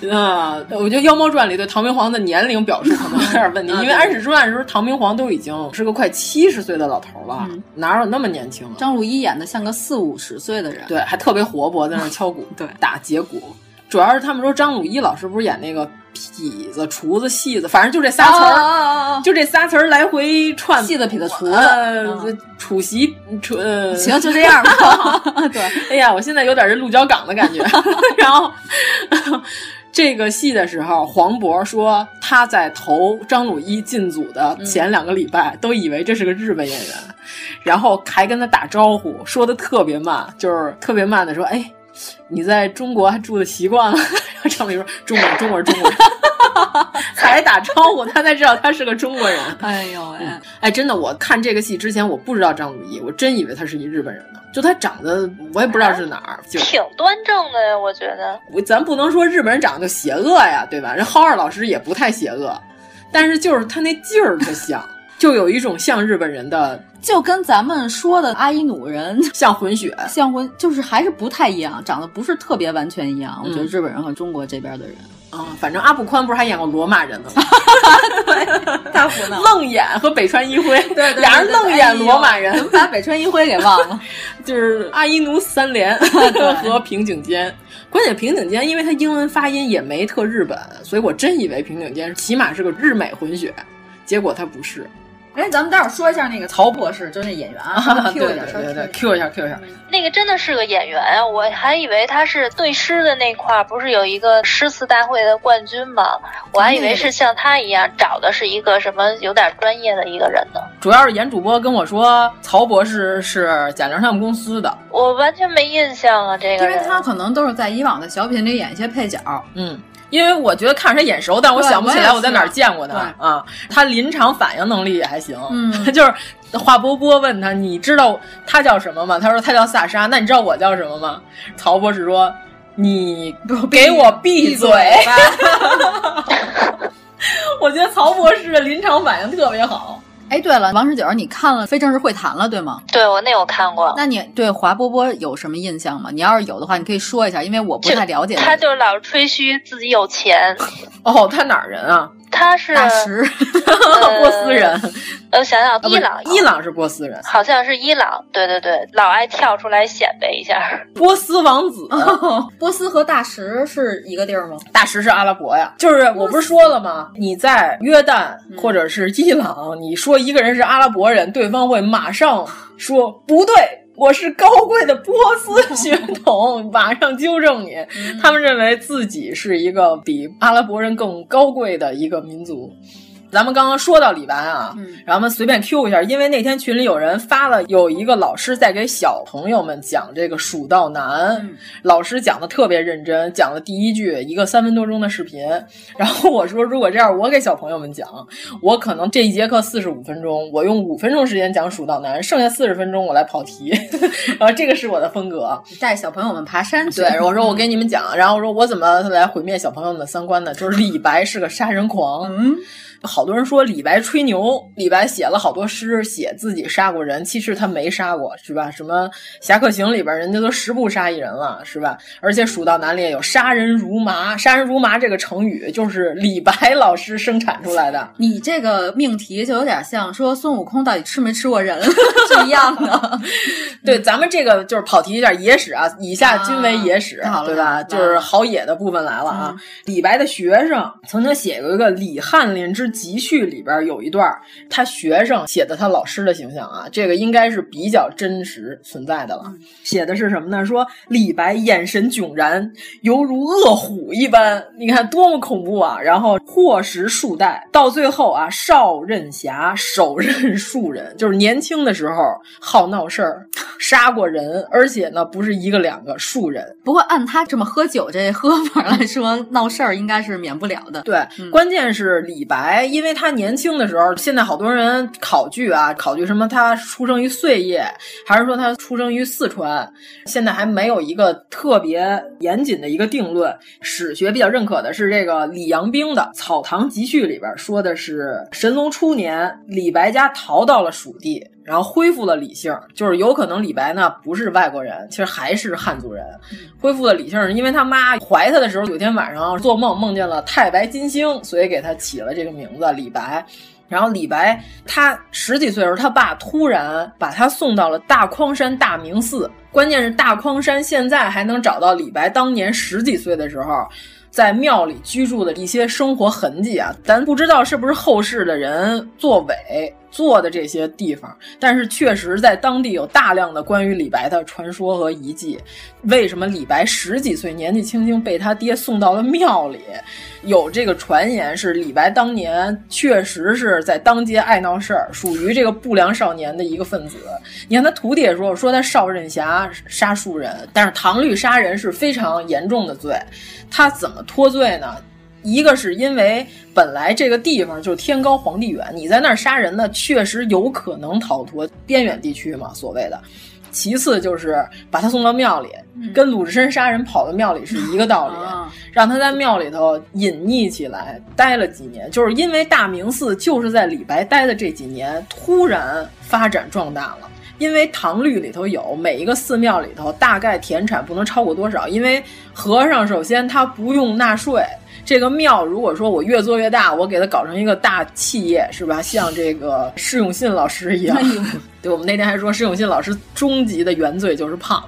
嗯，我觉得《妖猫传》里对唐明皇的年龄表述可能有点 问题，
啊
因为安史之乱的时候，唐明皇都已经是个快七十岁的老头了，
嗯
哪有那么年轻？啊
张鲁一演的像个四五十岁的人，
对，还特别活泼，在那敲鼓，
对，
打节鼓。主要是他们说张鲁一老师不是演那个痞子、厨子、戏子，反正就这仨词儿，
哦、
就这仨词儿来回串。
戏子、痞子、厨
子、楚席、楚 呃，
行，就这样吧。 对，
哎呀，我现在有点这鹿角港的感觉。然后这个戏的时候，黄渤说他在投张鲁一进组的前两个礼拜，嗯、都以为这是个日本演员，然后还跟他打招呼，说的特别慢，就是特别慢的说，哎。你在中国还住的习惯了， 然后张明说：“中国人，中国人，中国人。” 才打招呼，他才知道他是个中国人。
哎呦喂、哎！
哎，真的，我看这个戏之前，我不知道张鲁一，我真以为他是一日本人呢。就他长得，我也不知道是哪儿，就
挺端正的呀，我觉得。
我咱不能说日本人长得就邪恶呀，对吧？人浩二老师也不太邪恶，但是就是他那劲儿，他像。就有一种像日本人的，
就跟咱们说的阿伊努 人
像混血，
像混就是还是不太一样，长得不是特别完全一样。我觉得日本人和中国这边的人
啊、反正阿部宽不是还演过罗马人吗？
太混了。
愣演和北川一辉，
对对，
俩人愣演罗马
哎呦怎
人
么，把北川一辉给忘 了？
就是阿伊奴三连 和平井坚。关键平井坚，因为他英文发音也没特日本，所以我真以为平井坚起码是个日美混血，结果他不是。
哎，咱们待会儿说一下那个曹博士，就是那演员啊
对对对对，Q 一下 Q 一下，
那个真的是个演员啊！我还以为他是对诗的那块儿，不是有一个诗词大会的冠军吗？我还以为是像他一样找的是一个什么有点专业的一个人呢。
主要是演主播跟我说，曹博士是贾玲他们公司的，
我完全没印象啊，这
因
个
为
人。
他可能都是在以往的小品里演一些配角。
嗯，因为我觉得看着他眼熟，但是我
对
想不起
我也
来
是
我在哪儿见过他
对
啊。他临场反应能力也还行，
嗯
就是华伯伯问他：“你知道他叫什么吗？”他说：“他叫萨沙。”那你知道我叫什么吗？曹博士说：“你给我闭 嘴！”我觉得曹博士的临场反应特别好。
哎，对了，王十九，你看了《非正式会谈》了，对吗？
对我那我看过，
那你对华波波有什么印象吗？你要是有的话，你可以说一下，因为我不太了解
他就是老吹嘘自己有钱，
哦，他哪儿人啊？
他是
大石。
呃
波斯人，
我想想，
啊不
伊
是
朗，
伊朗是波斯人，
好像是伊朗，对对对，老爱跳出来显摆一下。
波斯王 子。
波斯和大石是一个地儿吗？
大石是阿拉伯呀，就是我不是说了吗？你在约旦或者是伊朗，你说一个人是阿拉伯人，对方会马上说不对。我是高贵的波斯血统，马上纠正你。他们认为自己是一个比阿拉伯人更高贵的一个民族。咱们刚刚说到李白啊，然后我们随便 Q 一下，因为那天群里有人发了，有一个老师在给小朋友们讲这个《蜀道难》老师讲的特别认真，讲了第一句一个三分多钟的视频。 然后我说，如果这样，我给小朋友们讲，我可能这一节课四十五分钟，我用五分钟时间讲《蜀道难》，剩下四十分钟我来跑题。 然后这个是我的风格。
带小朋友们爬山去。
对，我说我给你们讲，然后我说我怎么来毁灭小朋友们的三观呢？就是李白是个杀人狂。
嗯，
好多人说李白吹牛，李白写了好多诗，写自己杀过人，其实他没杀过，是吧？什么《侠客行》里边人家都十步杀一人了，是吧？而且《蜀道难》里也有“杀人如麻”，“杀人如麻”这个成语就是李白老师生产出来的。
你这个命题就有点像说孙悟空到底吃没吃过 人是一样 的。嗯
对，咱们这个就是跑题有点野史啊，以下均为野史，
啊太好了
对
太好嗯
吧？
了
就是好野的部分来了啊。李白的学生曾经写过一个《李翰林之集序》，里边有一段他学生写的他老师的形象啊，这个应该是比较真实存在的了。写的是什么呢？说李白眼神炯然，犹如饿虎一般，你看多么恐怖啊！然后祸食数代，到最后啊，少任侠，手刃数人，就是年轻的时候好闹事儿，杀过人，而且呢不是一个两个，数人。
不过按他这么喝酒这喝法来说，闹事儿应该是免不了的。
对，
嗯
关键是李白，因为他年轻的时候，现在好多人考据啊，考据什么他出生于碎叶，还是说他出生于四川，现在还没有一个特别严谨的一个定论。史学比较认可的是这个李阳冰的《草堂集序》里边说的是神宗初年，李白家逃到了蜀地。然后恢复了理性，就是有可能李白呢不是外国人，其实还是汉族人，恢复了理性，是因为他妈怀他的时候，有天晚上做梦梦见了太白金星，所以给他起了这个名字李白。然后李白他十几岁的时候，他爸突然把他送到了大匡山大明寺。关键是大匡山现在还能找到李白当年十几岁的时候在庙里居住的一些生活痕迹啊，咱不知道是不是后世的人作伪做的这些地方，但是确实在当地有大量的关于李白的传说和遗迹。为什么李白十几岁年纪轻轻被他爹送到了庙里？有这个传言是李白当年确实是在当街爱闹事儿，属于这个不良少年的一个分子。你看他徒弟也说，说他少任侠杀庶人，但是唐律杀人是非常严重的罪，他怎么脱罪呢？一个是因为本来这个地方就是天高皇帝远，你在那儿杀人呢，确实有可能逃脱边远地区嘛，所谓的。其次就是把他送到庙里，跟鲁智深杀人跑到庙里是一个道理，
啊嗯
让他在庙里头隐匿起来，待了几年，就是因为大明寺就是在李白待的这几年突然发展壮大了。因为唐律里头有每一个寺庙里头大概田产不能超过多少，因为和尚首先他不用纳税。这个庙如果说我越做越大，我给它搞成一个大企业，是吧？像这个释永信老师一样， 对我们那天还说释永信老师终极的原罪就是胖。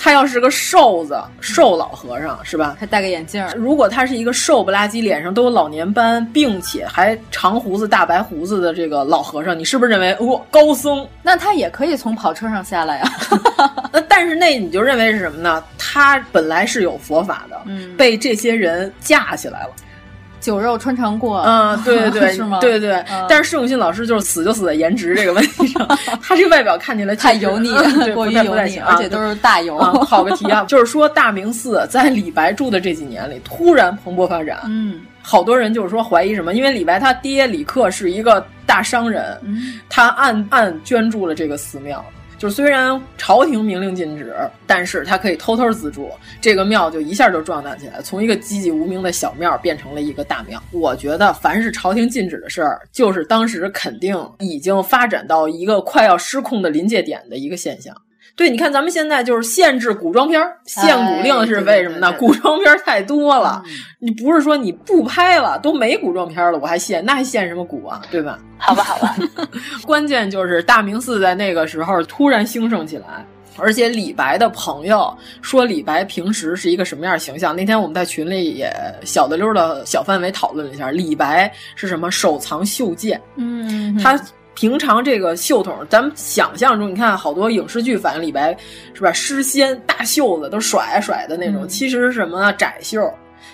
他要是个瘦子，瘦老和尚是吧？
还戴个眼镜。
如果他是一个瘦不拉几、脸上都有老年斑，并且还长胡子、大白胡子的这个老和尚，你是不是认为哦高僧？
那他也可以从跑车上下来呀、
啊。那但是那你就认为是什么呢？他本来是有佛法的，
嗯、
被这些人架起来了。
酒肉穿肠过，
嗯，对对 对，
哦是吗？
对对，嗯、但是释永信老师就是死就死在颜值这个问 题上，他这外表看起来
太油 腻，
嗯、
过于
油
腻，而且都是大油。啊、
好个题啊， 就是说大明寺在李白住的这几年里突然蓬勃发展，
嗯，
好多人就是说怀疑什么，因为李白他爹李克是一个大商人，
嗯、
他暗暗捐助了这个寺庙。就是虽然朝廷明令禁止，但是他可以偷偷资助，这个庙就一下就壮大起来，从一个籍籍无名的小庙变成了一个大庙。我觉得，凡是朝廷禁止的事儿，就是当时肯定已经发展到一个快要失控的临界点的一个现象。对，你看咱们现在就是限制古装片儿，限古令是为什么呢？
哎、对对对
古装片儿太多了，嗯、你不是说你不拍了，都没古装片了，我还限，那还限什么古啊？对吧？
好吧，好吧。
关键就是大明寺在那个时候突然兴盛起来，而且李白的朋友说李白平时是一个什么样的形象？那天我们在群里也小的溜的小范围讨论了一下，李白是什么？手藏袖剑，
嗯，
他。平常这个袖筒，咱们想象中，你看好多影视剧反映李白是吧？诗仙大袖子都甩啊甩的那种，
嗯、
其实是什么呢？窄袖。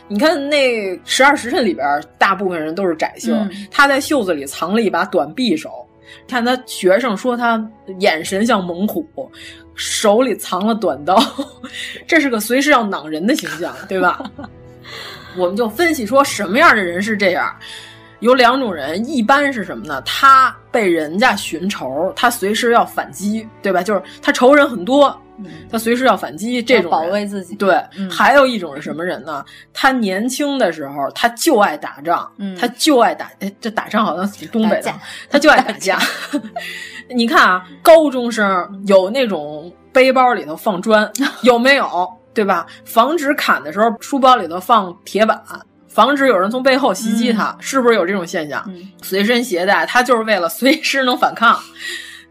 你看那《十二时辰》里边，大部分人都是窄袖，
嗯、
他在袖子里藏了一把短匕首。看他学生说他眼神像猛虎，手里藏了短刀， 这是个随时要攮人的形象，对吧？我们就分析说什么样的人是这样。有两种人，一般是什么呢？他被人家寻仇，他随时要反击，对吧？就是他仇人很多，
嗯、
他随时要反击。这种
保卫自己。
对，
嗯、
还有一种是什么人呢？他年轻的时候他就爱打仗，
嗯、
他就爱打。哎，这打仗好像挺东北的，他就爱打架。
打
你看啊，高中生有那种背包里头 放砖，有没有？对吧？防止砍的时候，书包里头放铁板。防止有人从背后袭击他，
嗯、
是不是有这种现象？
嗯、
随身携带，他就是为了随时能反抗。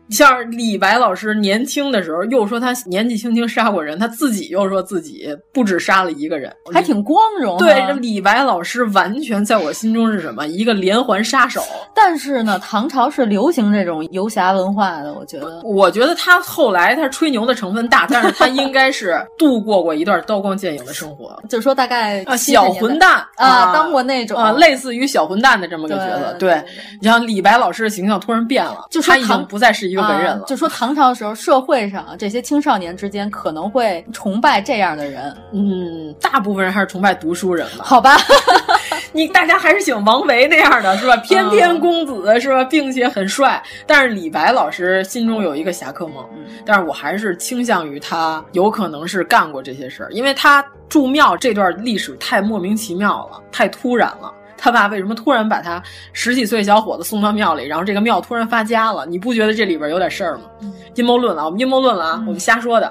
像李白老师年轻的时候，又说他年纪轻轻杀过人，他自己又说自己不止杀了一个人，
还挺光荣、啊。
对，李白老师完全在我心中是什么？一个连环杀手。
但是呢，唐朝是流行这种游侠文化的，我觉得。
我觉得他后来他吹牛的成分大，但是他应该是度过过一段刀光剑影的生活。
就说大概
小混蛋
啊，当过那种
啊，类似于小混蛋的这么个角色。
对，
你像李白老师的形象突然变了，
就
他已经不再是。一个文人了、
啊，就说唐朝的时候，社会上这些青少年之间可能会崇拜这样的人，
嗯，大部分人还是崇拜读书人吧？
好吧，
你大家还是喜欢王维那样的是
嗯
吧？翩翩公子、嗯、是吧？并且很帅。但是李白老师心中有一个侠客梦，
嗯、
但是我还是倾向于他有可能是干过这些事儿，因为他住庙这段历史太莫名其妙了，太突然了。他爸为什么突然把他十几岁小伙子送到庙里，然后这个庙突然发家了？你不觉得这里边有点事儿吗？
嗯、
阴谋论了，我们阴谋论了啊，
嗯、
我们瞎说的。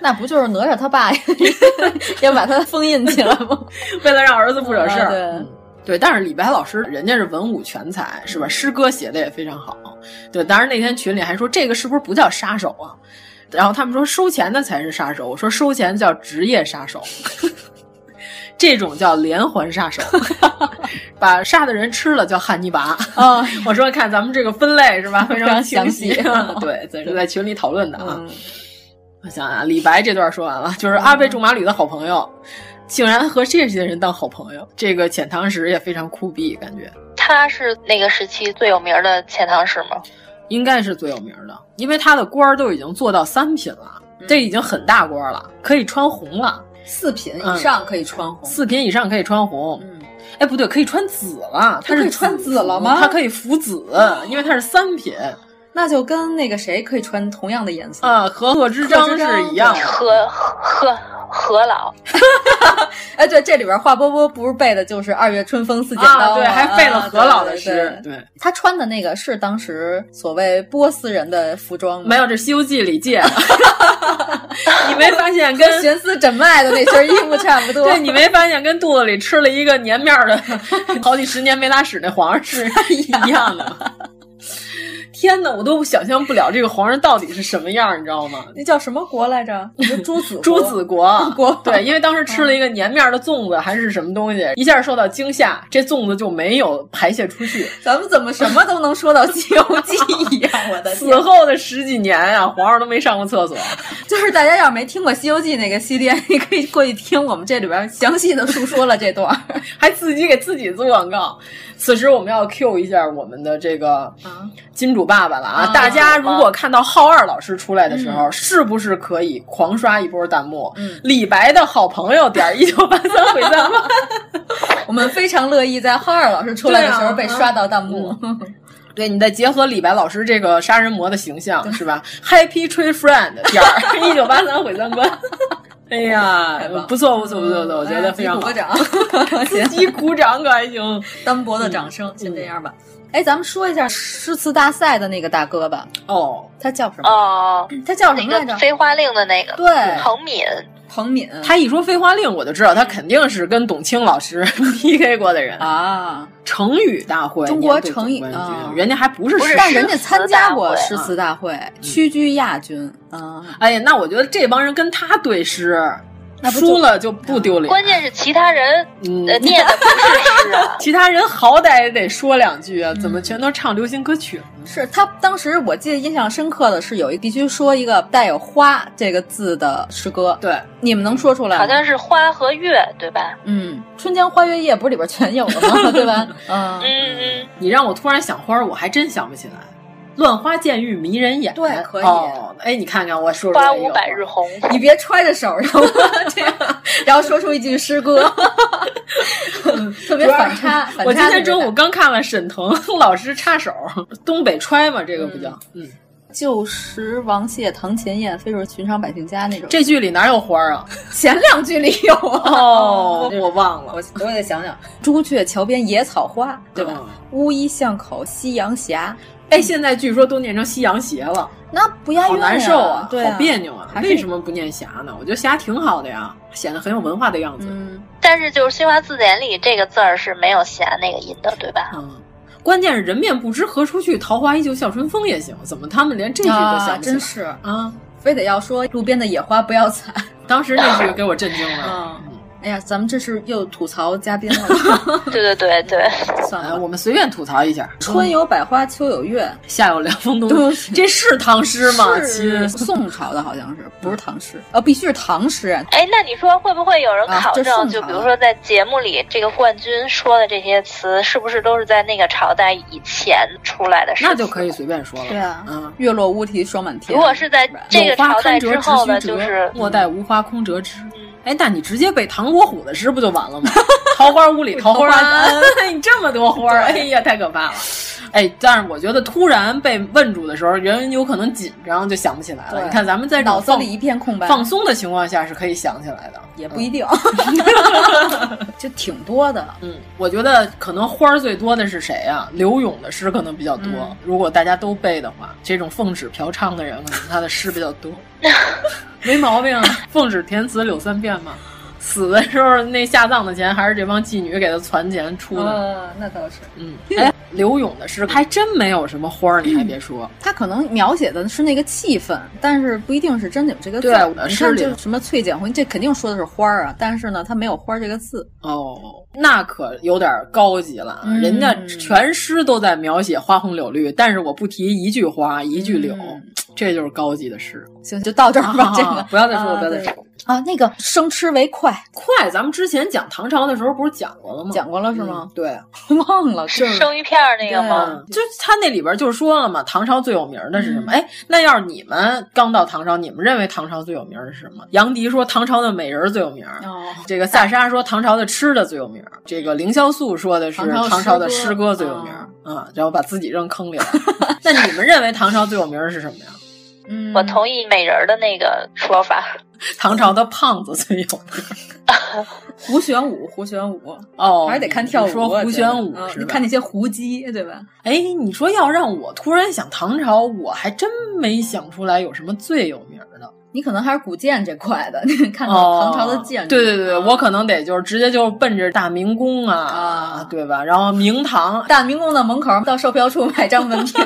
那不就是哪吒他爸 要把他封印起来吗？
为了让儿子不 惹事儿、
嗯啊。
对，对。但是李白老师人家是文武全才，是吧？诗歌写的也非常好。对，当然那天群里还说这个是不是不叫杀手啊？然后他们说收钱的才是杀手，我说收钱叫职业杀手。 这种叫连环杀手， 把杀的人吃了叫汉尼拔。
哦、
我说看咱们这个分类是吧， 非常
详细。
对，在在群里讨论的啊。嗯、我想想、啊，李白这段说完了，就是阿倍仲麻吕的好朋友，嗯、竟然和这些人当好朋友，这个遣唐使也非常酷毙，感觉。
他是那个时期最有名的遣唐使吗？
应该是最有名的，因为他的官儿都已经做到三品了，
嗯、
这已经很大官了，可以穿红了。
四品以上可以穿红，
嗯、四品以上可以穿红。
嗯，
哎，不对，可以穿紫了。它
可以穿紫了吗？哦嗯
它可以服紫，因为它是三品。
那就跟那个谁可以穿同样的颜色
啊，和贺知章是一样的。
何何何老，
哎，对，这里边华波波不是背的就是“二月春风似剪刀”，
啊对还背了何老的诗
啊对对对他穿的那个是当时所谓波斯人的服装吗，
没有，这《西游记》里借的。 你没发现 跟
跟悬丝诊脉的那身衣服差不多？
对，你没发现跟肚子里吃了一个粘面的，好几十年没拉屎那皇上 是一样的吗？天哪，我都想象不了这个皇上到底是什么样，你知道吗？
那叫什么国来着？你说朱子
朱子国，嗯
国
对，因为当时吃了一个粘面的粽子还是什么东西，一下受到惊吓，这粽子就没有排泄出去。
咱们怎么什么都能说到《西游记》一样？ 我的
死后的十几年啊，皇上都没上过厕所。
就是大家要是没听过《西游记》那个系列， 你可以过去听我们这里边详细的述说了这段，
还自己给自己做广告。此时我们要 Q 一下我们的这个
嗯
金主爸爸了啊！
啊
大家如果看到浩二老师出来的时候，是不是可以狂刷一波弹幕？
嗯
李白的好朋友点儿一九八三回 三吗？
我们非常乐意在浩二老师出来的时候被刷到弹幕。
对，你再结合李白老师这个杀人魔的形象，是吧？Happy Tree Friend 点儿一九八三 毁三观。哎呀
太棒了，哎
不错不错不错不错，我觉得非常 好
鼓。掌，
自己鼓掌啊可还行？
单薄的掌声，先这样吧。哎，咱们说一下诗词大赛的那个大哥吧，
哦，
他叫什么？
哦，
他叫什
那
么来
个
着？
飞花令的那个，
对
彭敏，
彭敏，
他一说《飞花令》，我就知道他肯定是跟董卿老师 PK 过的人。
啊，
成语大会，
中国
年度
成语
总冠
啊
军，人家还不是
不是
诗
但
是
人家参加过诗词大会，屈居亚军啊。
哎呀，那我觉得这帮人跟他对诗，
那不就
输了就不丢脸。
关键是其他人
嗯。
呃念的不是诗 啊
其他人好歹也得说两句
嗯
啊，怎么全都唱流行歌曲了呢？
是他当时我记得印象深刻的是有一必须说一个带有“花”这个字的诗歌，
对，
你们能说出来吗？
好像是花和月，对吧？
嗯，《春江花月夜》不是里边全有了吗？ 对吧？嗯，
嗯嗯，
你让我突然想花儿，我还真想不起来。乱花渐欲迷人眼，
对可以
哦，哎，你看看我说啊出来
花
一个
无百日红。
你别揣着手， 然后这样，然后说出一句诗歌， 特别反差。反差
我今
特别
天中
大
午刚看了沈腾 老师插手，东北揣嘛，这个不叫。嗯，
旧时王谢堂前燕，飞入寻常百姓家那种。
这剧里哪有花儿啊？
前两句里有啊，
哦，我忘了
我，我得想想，朱雀桥边野草花，对吧？
嗯
乌衣巷口夕阳斜，
哎，现在据说都念成西洋鞋了，
那不押韵、啊，
好难受啊，
对啊，
好别。扭啊！
还是
为什么不念侠呢？我觉得侠挺好的呀，显得很有文化的样子。
嗯，
但是就是新华字典里这个字儿是没有霞那个音的，对吧？
嗯，关键是人面不知何处去，桃花依旧笑春风也行。怎么他们连这句都想
啊，
不起来？
真是，
啊！
非得要说路边的野花不要采。
当时那句给我震惊了
嗯。 哎呀，咱们这是又吐槽嘉宾 了，
对对对对，
嗯算
哎，
了。
我们随便吐槽一下，
春有百花，秋有月，
夏有凉风，冬
冬
有雪这是唐诗吗？亲
是，宋朝的，好像是，不是唐诗？哦，必须是唐诗啊。
哎，那你说会不会有人
啊
考
这
证？
宋
就
朝
比如
的
说在节目里，这个冠军说的这些词，是不是都是在那个朝代以前出来的诗词？
那就可以随便说了。
对啊
嗯。
月落乌啼霜满天。
如果是在这个
有花
朝代
堪折
之
直
后
须
呢，
折，
就是
嗯
莫待无花空折枝。哎，那你直接背唐伯虎的诗不就 完了吗？桃花坞里桃花庵， 你这么多花儿，哎呀，太可怕了。哎，但是我觉得突然被问住的时候，人有可能紧张就想不起来了。
对
你看咱们在这种
脑子
放
里一片空白，
放松的情况下是可以想起来的，
也不一
嗯。
定， 就挺多的。
嗯，我觉得可能花儿最多的是谁啊？柳永的诗可能比较多。
嗯
如果大家都背的话，这种奉旨嫖娼的人，可能他的诗比较多， 没 毛病。奉旨填词柳三变嘛，死的时候那下葬的钱还是这帮妓女给他攒钱出的。
嗯，那倒是。
嗯，哎，柳永的诗还真没有什么花儿，你还别说，
他可能描写的是那个气氛，但是不一定是真的有这个字。
对我
你
是
看
里
就是什么“翠剪红”，这肯定说的是花儿啊，但是呢，他没有“花”这个字。
哦，那可有点高级了啊。
嗯
人家全诗都在描写花红柳绿，但是我不提一句花一句柳，
嗯
这就是高级的诗。
行，就到这儿吧，这个
啊哦不要再说了，不要再
对
说了。
啊，那个生吃为快，
快，咱们之前讲唐朝的时候不是讲过了吗？嗯
讲过了是吗？
对，
忘了，
就是
生鱼片儿那个
啊
吗？
就他那里边就说了嘛，唐朝最有名的是什
嗯
么？哎、那要是你们刚到唐朝，你们认为唐朝最有名的是什么？杨迪说唐朝的美人儿最有名，
哦，
这个萨沙说唐朝的吃的最有名，这个凌潇肃说的是
唐朝诗
唐朝的
歌哦
诗歌最有名啊，然后把自己扔坑里了。 那你们认为唐朝最有名的是什么呀？
嗯，
我同意美人儿的那个说法。
唐朝的胖子最有名
胡旋舞，胡旋舞，
哦，
还是得看跳舞。啊
你说
我觉
胡
得
旋舞
嗯
是
你
吧
看那些胡姬，对吧？
哎，你说要让我突然想唐朝，我还真没想出来有什么最有名的。
你可能还是古建这块的， 你看到唐朝的啊建筑，
哦对对对，我可能得就是直接就奔着大明宫啊，
啊
对吧？然后 明堂，
大明宫的门口到售票处买张门 票，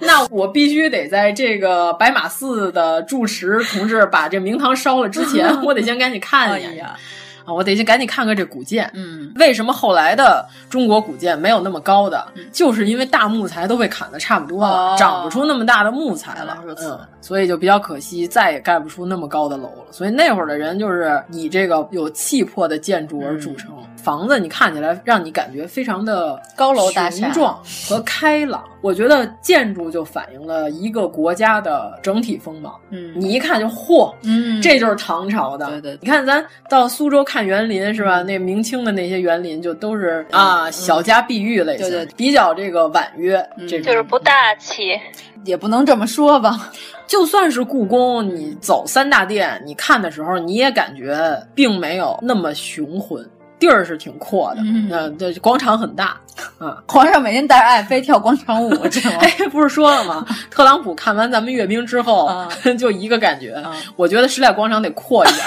那我必须得在这个白马寺的住持同志把这明堂烧了之前， 我得先赶紧看
哎
一眼
呀，
啊，我得先赶紧看看这古建。
嗯，
为什么后来的中国古建没有那么高的，就是因为大木材都被砍的差不多了，
嗯哦啊
长不出那么大的木材
原
了
来如，此
嗯，所以就比较可惜，再也盖不出那么高的楼了。所以那会儿的人就是以这个有气魄的建筑而著称，
嗯
房子你看起来让你感觉非常的
高楼大厦
雄壮和开朗。我觉得建筑就反映了一个国家的整体风貌，
嗯
你一看就嚯，
嗯，
这就是唐朝的。
对对对
你看咱到苏州看园林是吧？那明清的那些园林就都是啊，小家碧玉类型，
对对对
比较这个婉约
嗯
这
就
种。
是不大气，
也不能这么说吧，
就算是故宫，你走三大殿，你看的时候，你也感觉并没有那么雄浑。地儿是挺阔的，
嗯
那这广场很大 啊。
皇上每天带着爱妃跳广场舞，知道吗？
哎，不是说了吗？特朗普看完咱们阅兵之后，
啊
就一个感觉，
啊
我觉得时代广场得阔一点。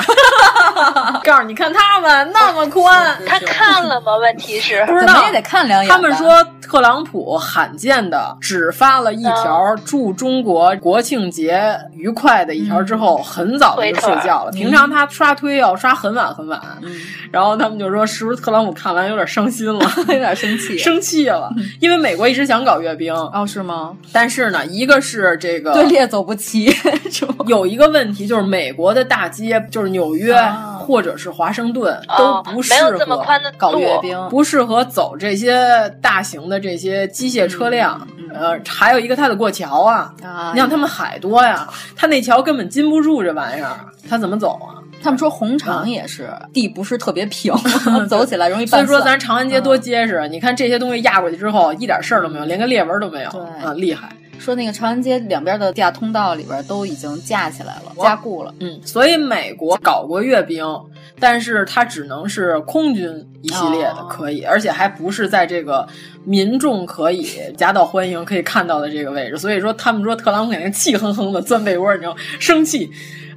告诉你看他们那么宽，
他看了吗？问题是
不知
怎
道
么也得看两眼吧。
他们说特朗普罕见的只发了一条
嗯
祝中国国庆节愉快的一条之后，很早的就睡觉
嗯
了。平常他刷推要刷很晚很晚，
嗯，
然后他们就说是不是特朗普看完有点伤心 了，
有点生气。
生气了，因为美国一直想搞阅兵，
嗯哦，是吗？
但是呢，一个是这个
队列走不齐， 是吗？
有一个问题就是，美国的大街就是纽约、
啊
或者是华盛顿、
哦
都不适合
没有这么宽的路
搞阅
嗯
兵，不适合走这些大型的这些机械车辆。
嗯嗯
呃，还有一个它得过桥啊，
啊
哎
你想他们海多呀，他那桥根本禁不住这玩意儿，他怎么走啊？
他们说红场也是地不是特别平， 走起来容易
嗯所以
绊
说，
蒜。
咱长安街
嗯
多结实，你看这些东西压过去之后，一点事儿都没有，连个裂纹都没有，
对
啊，厉害。
说那个长安街两边的地下通道里边都已经架起来了，
哇
加固了。
嗯，所以美国搞过阅兵，但是它只能是空军一系列的
哦
可以，而且还不是在这个民众可以夹道欢迎可以看到的这个位置。所以说，他们说特朗普肯定气哼哼的钻被窝，你知道吗，生气。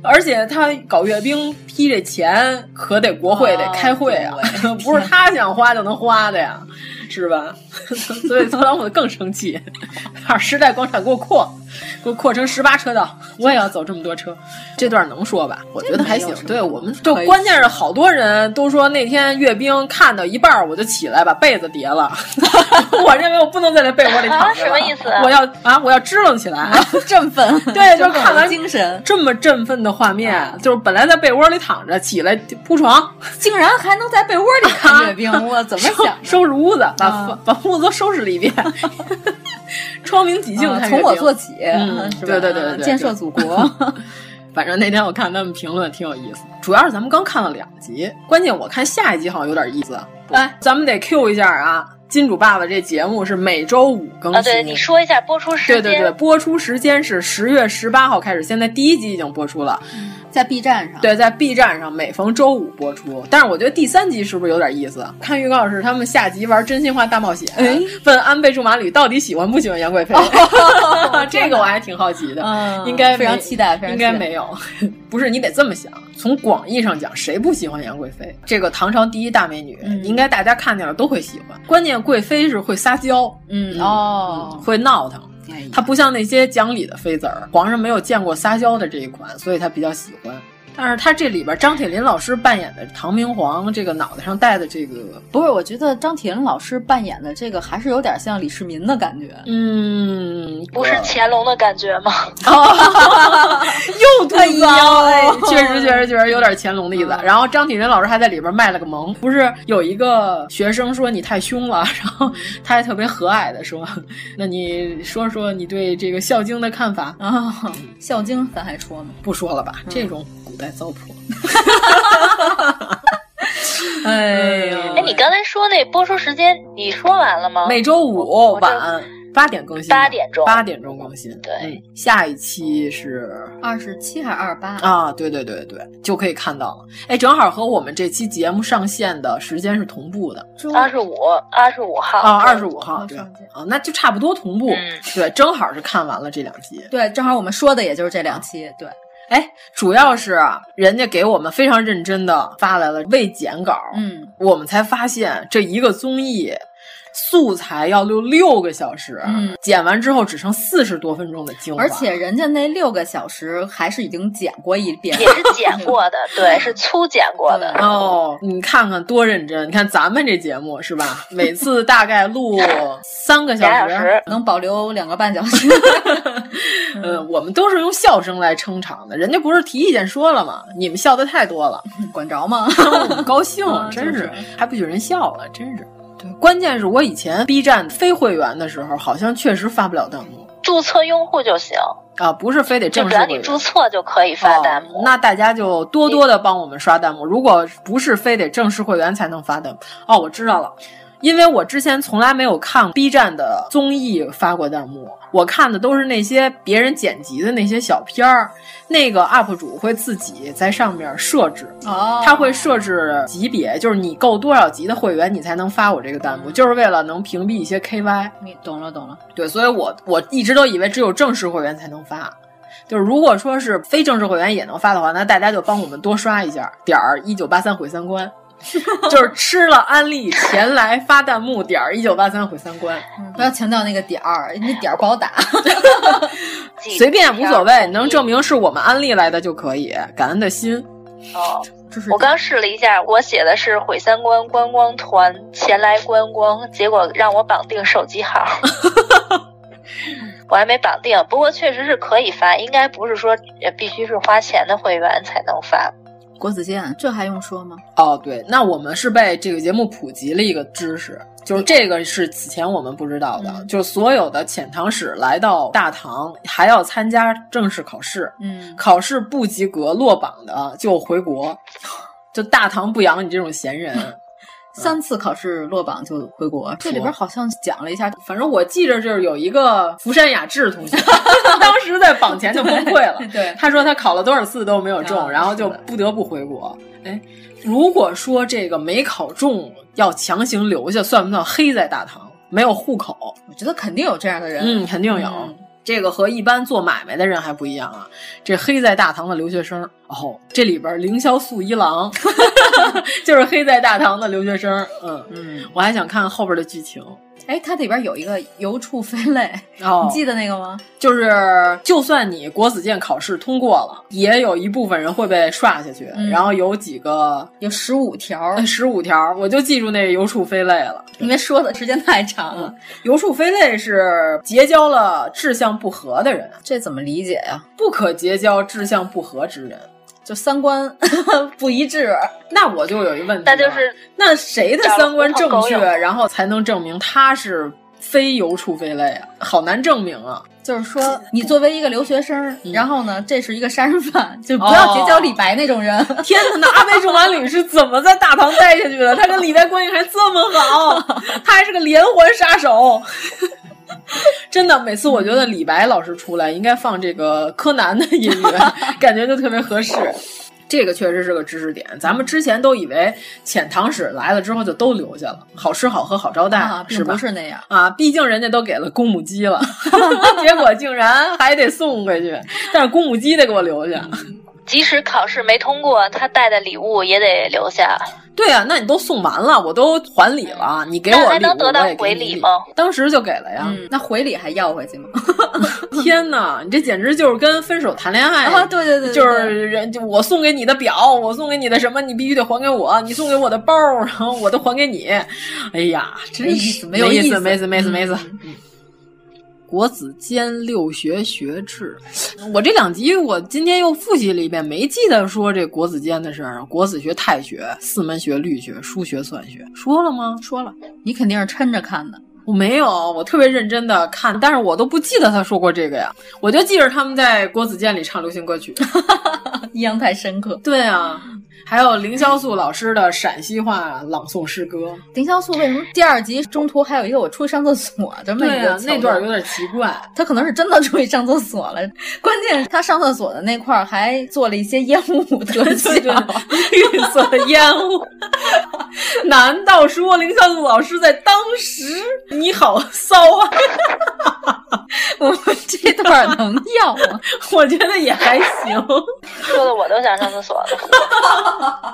而且他搞阅兵批这钱可得国会得
哦
开会啊，
对
不是他想花就能花的呀，是吧？ 所以特朗普更生气，把时代广场给我扩，给我扩成十八车道，我也要走这么多车。这段能说吧？我觉得还行
这没有什。么
对我们就
可以
关键是好多人都说那天阅兵看到一半儿我就起来把被子叠了， 我认为我不能再在被窝里躺着了
啊什么意思啊
我要啊，我要支棱起来。
振奋，
对，就
振奋
看
我的
完
精神，
这么振奋的画面，就是本来在被窝里躺着，起来铺床，
竟然还能在被窝里看 阅兵，我怎么
收
想的？
收拾屋子，把、
啊
把屋子都收拾了 一遍，窗明几净
啊
看
从
阅兵、
我做起，
嗯
是吧
对对对对对
建设祖国。
反正那天我看他们评论挺有意思，主要是咱们刚看了两集，关键我看下一集好像有点意思。哎，咱们得 Q 一下啊，金主爸爸这节目是每周五更新。
啊，对，你说一下播出时
对
间。
对对，播出时间是十月十八号开始，现在第一集已经播出了。
在 B 站上，
对，在 B 站上每逢周五播出。但是我觉得第三集是不是有点意思？看预告是他们下集玩真心话大冒险，
哎
问安倍驻马里到底喜欢不喜欢杨贵妃， 这个我还挺好奇的。
哦嗯
应该
非常
没
期待非常
应该
期待
没有， 不是你得这么想。从广义上讲，谁不喜欢杨贵妃？这个唐朝第一大美女，
嗯
应该大家看见了都会喜欢。关键贵妃是会撒娇，
嗯
嗯
哦，
会闹腾。
哎呀
她不像那些讲理的妃子儿，皇上没有见过撒娇的这一款，所以他比较喜欢。但是他这里边张铁林老师扮演的唐明皇，这个脑袋上戴的这个，
不是，我觉得张铁林老师扮演的这个还是有点像李世民的感 觉。
嗯，
不是乾隆的感觉吗？
又吐槽，哎，确实确实确实有点乾隆的意思。
嗯
然后张铁林老师还在里边卖了个萌，不是有一个学生说你太凶了，然后他还特别和蔼的说， 那你说说你对这个《孝经》的看法
啊？《孝经》咱还说吗？
不说了吧，
嗯
这种古代糟粕。
哎呦，
哎，你刚才说那播出时间，你说完了吗？
每周五晚八点更新，
八点钟，
八点钟更新。
对，
嗯、下一期是
二十七还是二十八
啊？对对对对，就可以看到了。哎，正好和我们这期节目上线的时间是同步的，
二十五，二十五号
啊，二十五号对啊，那就差不多同步。
嗯、
对，正好是看完了这两集。
对，正好我们说的也就是这两期。对。
哎，主要是啊，人家给我们非常认真的发来了未剪稿，
嗯，
我们才发现这一个综艺素材要录六个小时，
嗯，
剪完之后只剩四十多分钟的精华，
而且人家那六个小时还是已经剪过一遍，
也是剪过的，对，是粗剪过 的。
哦，你看看多认真！你看咱们这节 目是吧？每次大概录三个小
时，
小
时
能保留两个半小时。
呃，我们都是用笑声来撑场的，人家不是提意见说了吗？你们笑的太多了，
管 着吗？
我高兴，啊
嗯
真是还不许人笑了，真是。对，关键是我以前 B 站非会员的时候，好像确实发不了弹幕，
注册用户就行
啊，不是非得正式。
只要你注册就可以发弹幕、
哦，那大家就多多的帮我们刷弹幕。如果不是非得正式会员才能发弹幕，哦，我知道了。因为我之前从来没有看 B 站的综艺发过弹幕，我看的都是那些别人剪辑的那些小片儿，那个 UP 主会自己在上面设置，
哦，
他会设置级别，就是你够多少级的会员，你才能发我这个弹幕，就是为了能屏蔽一些 KY。
嗯你懂了，懂了。
对，所以我我一直都以为只有正式会员才能发。就是如果说是非正式会员也能发的话，那大家就帮我们多刷一下点儿一九八三毁 三观。就是吃了安利前来发弹幕点儿一九八三毁三观，
嗯
不要强调那个点儿，那点儿不好打，
随便无所谓，能证明是我们安利来的就可以，感恩的心。
哦，
就是
我刚试了一下，我写的是毁三观观光团前来观光，结果让我绑定手机 号。我还没绑定，不过确实是可以发，应该不是说必须是花钱的会员才能发。
郭子健，这还用说吗？
哦，对，那我们是被这个节目普及了一个知识，就是这个是此前我们不知道的，
嗯、
就是所有的遣唐使来到大唐还要参加正式考试，
嗯，
考试不及格落榜的就回国，就大唐不养你这种闲人。
三次考试落榜就回国，这里边好像讲了一下，
反正我记着就是有一个福山雅治 同学，当时在榜前就崩溃了。
对， 对
他说他考了多少次都没有中，
啊、
然后就不得不回国。哎，如果说这个没考中要强行留下，算不算黑在大唐？没有户口，
我觉得肯定有这样的人，
嗯，肯定有。
嗯
这个和一般做买卖的人还不一样啊！这黑在大唐的留学生，哦，这里边凌霄素一郎 就是黑在大唐的留学生。嗯
嗯，
我还想看后边的剧情。
哎，它里边有一个邮畜分类，
哦，
你记得那个吗？
就是就算你国子监考试通过了，也有一部分人会被刷下去。
嗯
然后有几个哎
有十五条，
十五条，我就记住那邮畜飞类了。
因为说的时间太长了，
邮畜飞类是结交了志向不合的人，
这怎么理解呀、
不可结交志向不合之人。
就三观 不一致，
那我就有一问题了，
那就是
那谁的三观正
找了狐朋
确，
狗友
然后才能证明他是非邮畜飞类啊？好难证明啊！
就是说你作为一个留学生，
嗯哦
然后呢，这是一个杀人犯，就不要结交李白那种人。
天哪，那阿贝仲兰侣是怎么在大唐待下去的？他跟李白关系还这么好，他还是个连环杀手。真的，每次我觉得李白老师出来应该放这个柯南的音乐，感觉就特别合适。这个确实是个知识点，咱们之前都以为遣唐使来了之后就都留下了，好吃好喝好招 待，
啊，并
是吧
不？是那样，
啊，毕竟人家都给了公母鸡了，结果竟然还得送回去，但是公母鸡得给我留下。
即使考试没通过，他带的礼物也得留下。
对呀、那你都送完了，我都还礼了，你给我
嗯那还
礼物
能得到
我也给
回
你
礼
礼
吗？
当时就给了呀。
那回礼还要回去吗？
天哪，你这简直就是跟分手谈 恋爱
啊对对对对
哎就是人就我送给你的表，我送给你的什么，你必须得还给我，你送给我的包，然后我都还给你。哎呀，真
没意
是
思没
没
有
意
意思
没意思，没意思，
嗯
没意思。国子监六学学制，我这两集我今天又复习了一遍，没记得说这国子监的事儿啊。国子学、太学、四门学、律学、数学、算学，说了吗？
说了，你肯定是抻着看的。
我没有，我特别认真的看，但是我都不记得他说过这个呀，我就记着他们在国子监里唱流行歌曲。
印象太深刻。
对啊，还有凌潇肃老师的陕西话朗诵诗歌。
凌潇肃为什么第二集中途还有一个我出去上厕所这么一
对
个
啊，
桥
那段有点奇怪。
他可能是真的出去上厕所了，关键是他上厕所的那块儿还做了一些烟雾特效，
绿色烟雾， 难道说凌潇肃老师在当时你好骚啊？
我们 这段儿能要吗？
我觉得也还行。
说的我都想上厕所了。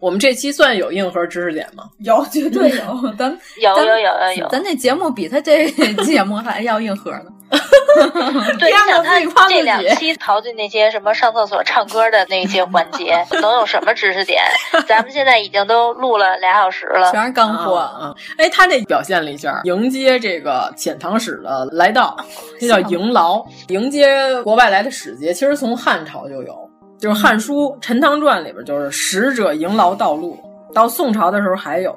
我们这期算有硬核知识点吗？
有，绝对有， 咱
有
咱
有有有有
咱这节目比他这 节目还要硬核呢。
对，你想他
自己夸自己
这两期刨去那些什么上厕所、唱歌的那些环 节，能有什么知识点？咱们现在已经都录了俩小时了，
全是干货
啊！哎，他这表现了一下迎接这个遣唐使的来到，这叫迎劳，迎接国外来的使节。其实从汉朝就有，就是《汉书·陈唐传》里边就是使者迎劳道路，到宋朝的时候还有，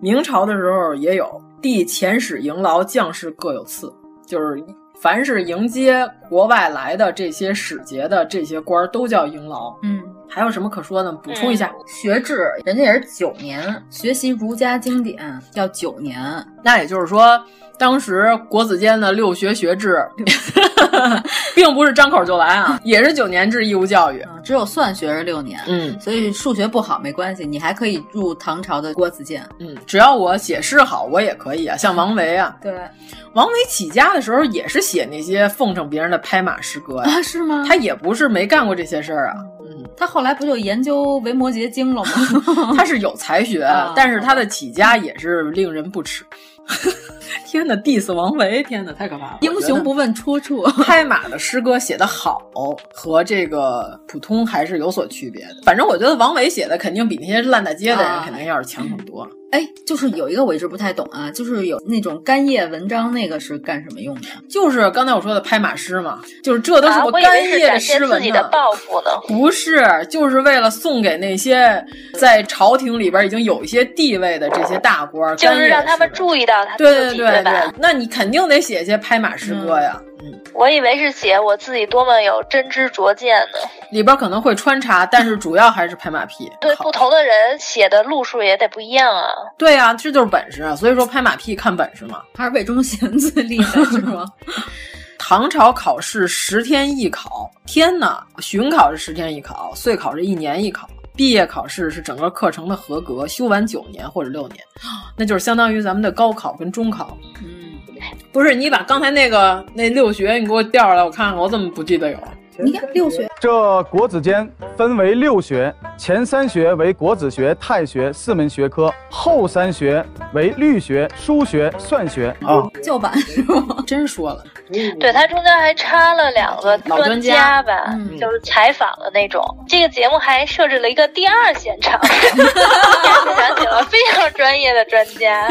明朝的时候也有。帝遣使迎劳，将士各有赐，就是凡是迎接国外来的这些使节的这些官儿都叫迎劳。
嗯，
还有什么可说的？补充一下，
学制人家也是九年，学习儒家经典要九年，啊
那也就是说，当时国子监的六学学 制，并不是张口就来啊，也是九年制义务教育。
只有算学是六年。
嗯
所以数学不好没关系，你还可以入唐朝的国子监。
嗯，只要我写诗好，我也可以啊。像王维啊，
对
王维起家的时候也是写那些奉承别人的拍马诗歌呀、
啊，是吗？
他也不是没干过这些事儿啊。
他后来不就研究维摩诘经了 吗？
他是有才学
嗯啊，
但是他的起家也是令人不齿。 天哪，diss 王维，天哪，太可怕了！
英雄
不。
不问出处。
拍马的诗歌写得好和这个普通还是有所区别的。反正我觉得王维写的肯定比那些烂大街的人
啊
肯定要是强很多。
哎，就是有一个我一直不太懂啊，就是有那种干叶文章，那个是干什么用的？
就是刚才我说的拍马诗嘛，就是这都是
啊，我以
干
为是
叶
展现
诗
自
文
己
呢。
的抱负呢。
不是，就是为了送给那些在朝廷里边已经有一些地位的这些大官儿，
就是
干叶
让他们
诗文
注意到他
对
自
对
己，
对
吧？，嗯
那你肯定得写一些拍马诗歌呀，嗯
我以为是写我自己多么有真知灼见呢。
里边可能会穿插，但是主要还是拍马屁。
对，
好
不同的人写的路数也得不一样啊。
对呀、这就是本事啊。所以说拍马屁看本事嘛。
还是魏忠贤最厉害是 吗？嗯
唐朝考试十天一考，天呐！巡考是十天一考，岁考是一年一考，毕业考试是整个课程的合格，修完九年或者六 年，那就是相当于咱们的高考跟中考。
嗯，
不是，你把刚才那个那六学你给我调出来，我看看，我怎么不记得有？
你看六学，
啊
这国子监分为六学，前三学为国子学、太学四门学科，后三学为律学、书学、算学啊。
旧版是吗？
真说了，
对，它中间还插了两个
老专
专家吧，
嗯
就是采访的那种。这个节目还设置了一个第二现 场， 现场请了非常专业的专家。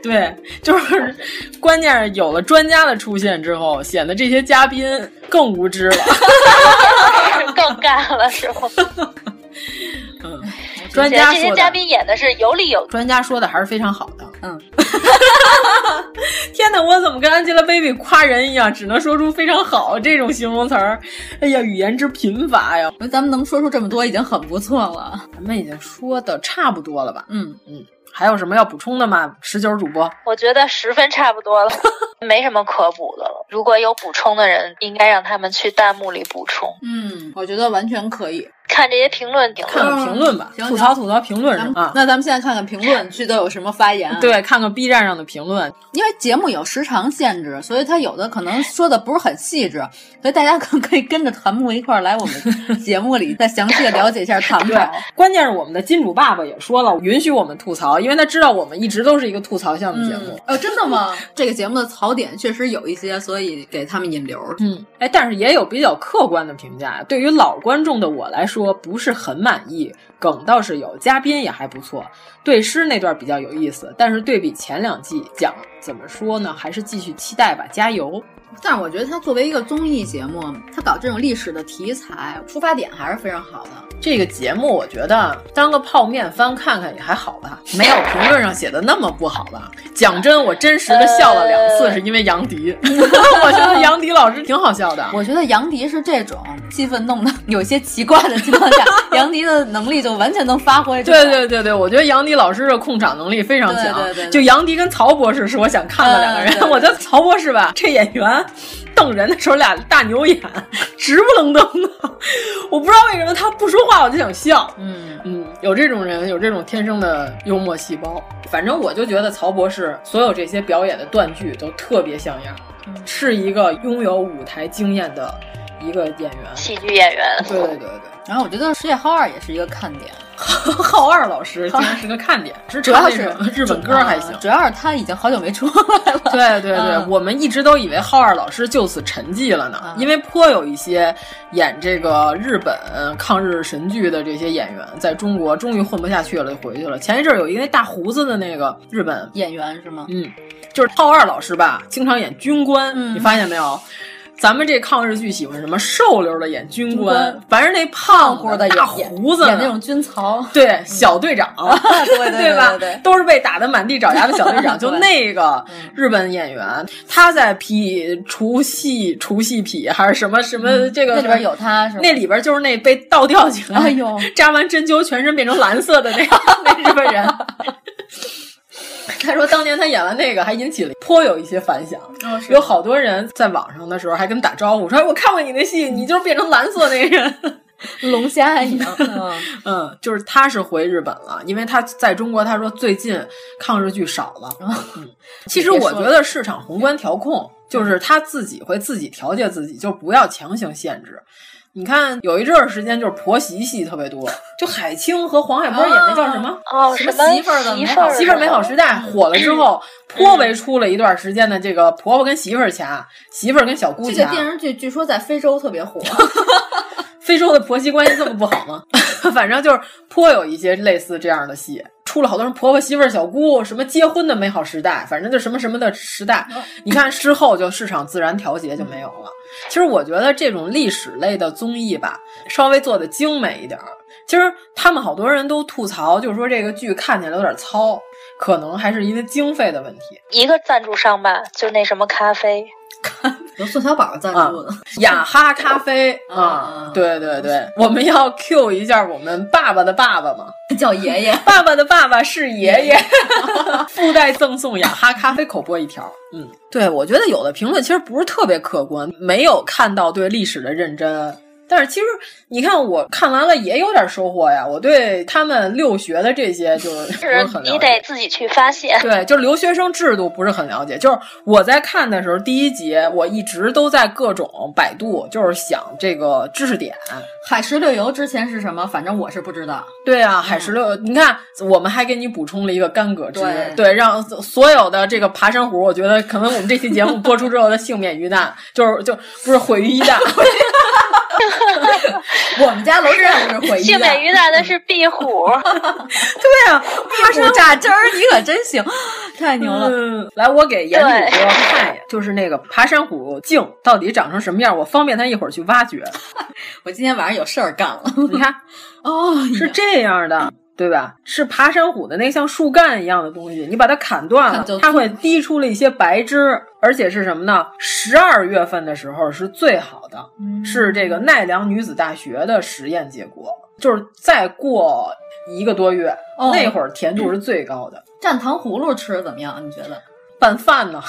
对，就是关键是有了专家的出现之后，显得这些嘉宾更无知了。
更干了是吗？
嗯，专家
这
说
些
的
嘉宾演的是有理有
专家说的还是非常好的。
嗯，
天哪，我怎么跟 Angelababy 夸人一样，只能说出非常好这种形容词儿？哎呀，语言之贫乏呀！
我觉得咱们能说出这么多已经很不错了。
咱们已经说的差不多了吧？
嗯，
还有什么要补充的吗？十九主播，
我觉得十分差不多了，没什么可补的了。如果有补充的人，应该让他们去弹幕里补充。
嗯，我觉得完全可以。
看这些评论顶
看看评论吧，吐槽吐槽评论是吧？
那咱们现在看看评论区都有什么发言、
嗯
啊？
啊 对，看看 B 站上的评论，
因为节目有时长限制，所以它有的可能说的不是很细致，所以大家可 可以跟着团木一块儿来我们节目里再详细的了解一下啊唐
对，关键是我们的金主爸爸也说了，允许我们吐槽，因为他知道我们一直都是一个吐槽向的节目。
呃、嗯哦，真的吗？ 这个节目的槽点确实有一些，所以给他们引流。
嗯，哎，但是也有比较客观的评价，对于老观众的我来说不是很满意，梗倒是有，嘉宾也还不错，对诗那段比较有意思，但是对比前两季讲，怎么说呢？还是继续期待吧，加油！
但是我觉得它作为一个综艺节目，它搞这种历史的题材，出发点还是非常好的。
这个节目我觉得当个泡面番看看也还好吧，没有评论上写的那么不好吧。讲真，我真实的笑了两次，是因为杨迪。 我觉得杨迪老师挺好笑的。
我觉得杨迪是这种气氛弄的有些奇怪的情 况下，杨迪的能力就完全能发挥。
对对对对，我觉得杨迪老师的控场能力非常强。
对对对,对，嗯
就杨迪跟曹博士是我想看的两个人。
对对
我觉得曹博士吧，这演员。瞪人的时候，俩大牛眼，直不愣登的。我不知道为什么他不说话，我就想笑。
嗯
嗯，有这种人，有这种天生的幽默细胞。反正我就觉得曹博士所有这些表演的断句都特别像样，
嗯、
是一个拥有舞台经验的一个演员，
喜剧演员。
对对对对。
然后我觉得石野浩二也是一个看点。
浩二老师竟然是个看点，
主要是嗯
日本歌还行，
主要是他已经好久没出来了。
对对对，嗯、我们一直都以为浩二老师就此沉寂了呢，嗯、因为颇有一些演这个日本抗日神剧的这些演员，在中国终于混不下去了，就回去了。前一阵有一个大胡子的那个日本
演员是吗？
嗯，就是浩二老师吧，经常演军官，嗯、你发现没有？咱们这抗日剧喜欢什么瘦溜的演军官，凡是那
胖
乎
的、
大胡子
演那种军曹，
对小队长，
对
嗯哦对
吧？
都是被打得满地找牙的小队 长。就那个日本演员，他在劈除夕除夕劈还是什么什么这个
那里边有他，
那里边就是那被倒吊起来，
哎 呦，
扎完针灸全身变成蓝色的那个那日本人。 他说，当年他演完那个，还引起了颇有一些反 响，
哦、
有好多人在网上的时候还跟打招呼，说：“哎我看过你那戏，你就是变成蓝色那人，
龙虾一样。 嗯”
嗯，就是他是回日本了，因为他在中国，他说最近抗日剧少了。
哦
嗯、 其实我觉得市场宏观调控就是他自己会自己调节自己，就不要强行限制。你看，有一阵儿时间就是婆媳戏特别多，就海清和黄海波演那叫什么？
哦，
什么媳妇儿的
美好
媳妇儿美好时代火了之后，
嗯
颇为出了一段时间的这个婆婆跟媳妇儿掐，媳妇儿跟小姑
掐。这个电视剧据说在非洲特别 火，
非洲的婆媳关系这么不好吗？ 反正就是颇有一些类似这样的戏。出了好多人婆婆媳妇儿小姑什么结婚的美好时代，反正就什么什么的时代。你看之后就市场自然调节就没有了。其实我觉得这种历史类的综艺吧，稍微做的精美一点儿。其实他们好多人都吐槽，就是说这个剧看起来有点糙，可能还是因为经费的问题。
一个赞助商吧，就那什么咖啡。
由宋小宝赞助的、
啊、雅哈咖啡啊，对对对，我们要 Q 一下我们爸爸的爸爸嘛，
叫爷爷，
爸爸的爸爸是爷 爷，附带赠送雅哈咖啡口播一条。嗯，对，我觉得有的评论其实不是特别客观，没有看到对历史的认真。但是其实你看，我看完了也有点收获呀。我对他们留学的这些 就是不是很了解，
你得自己去发现。
对，就留学生制度不是很了解。就是我在看的时候，第一节我一直都在各种百度，就是想这个知识点。
海石榴油之前是什么？反正我是不知道。
对啊，海石榴，嗯、你看我们还给你补充了一个干葛汁，
对,
对，让所有的这个爬山虎，我觉得可能我们这期节目播出之后，它幸免于难， 就是就不是毁于一 旦。
我们家楼下就是毁
幸免于难的是壁虎。
对啊，
壁虎榨汁儿，你可真行， 太牛了！
嗯、来，我给严主播看一眼，就是那个爬山虎镜到底长成什么样，我方便他一会儿去挖掘。
我今天晚上有事儿干了，
你看，
哦，
是这样的。对吧？是爬山虎的那像树干一样的东西，你把它砍断了，它会滴出了一些白汁，而且是什么呢？十二月份的时候是最好的，
嗯、
是这个奈良女子大学的实验结果，就是再过一个多月，
哦、
那会儿甜度是最高的。
蘸糖葫芦吃怎么样？你觉得？
拌饭呢？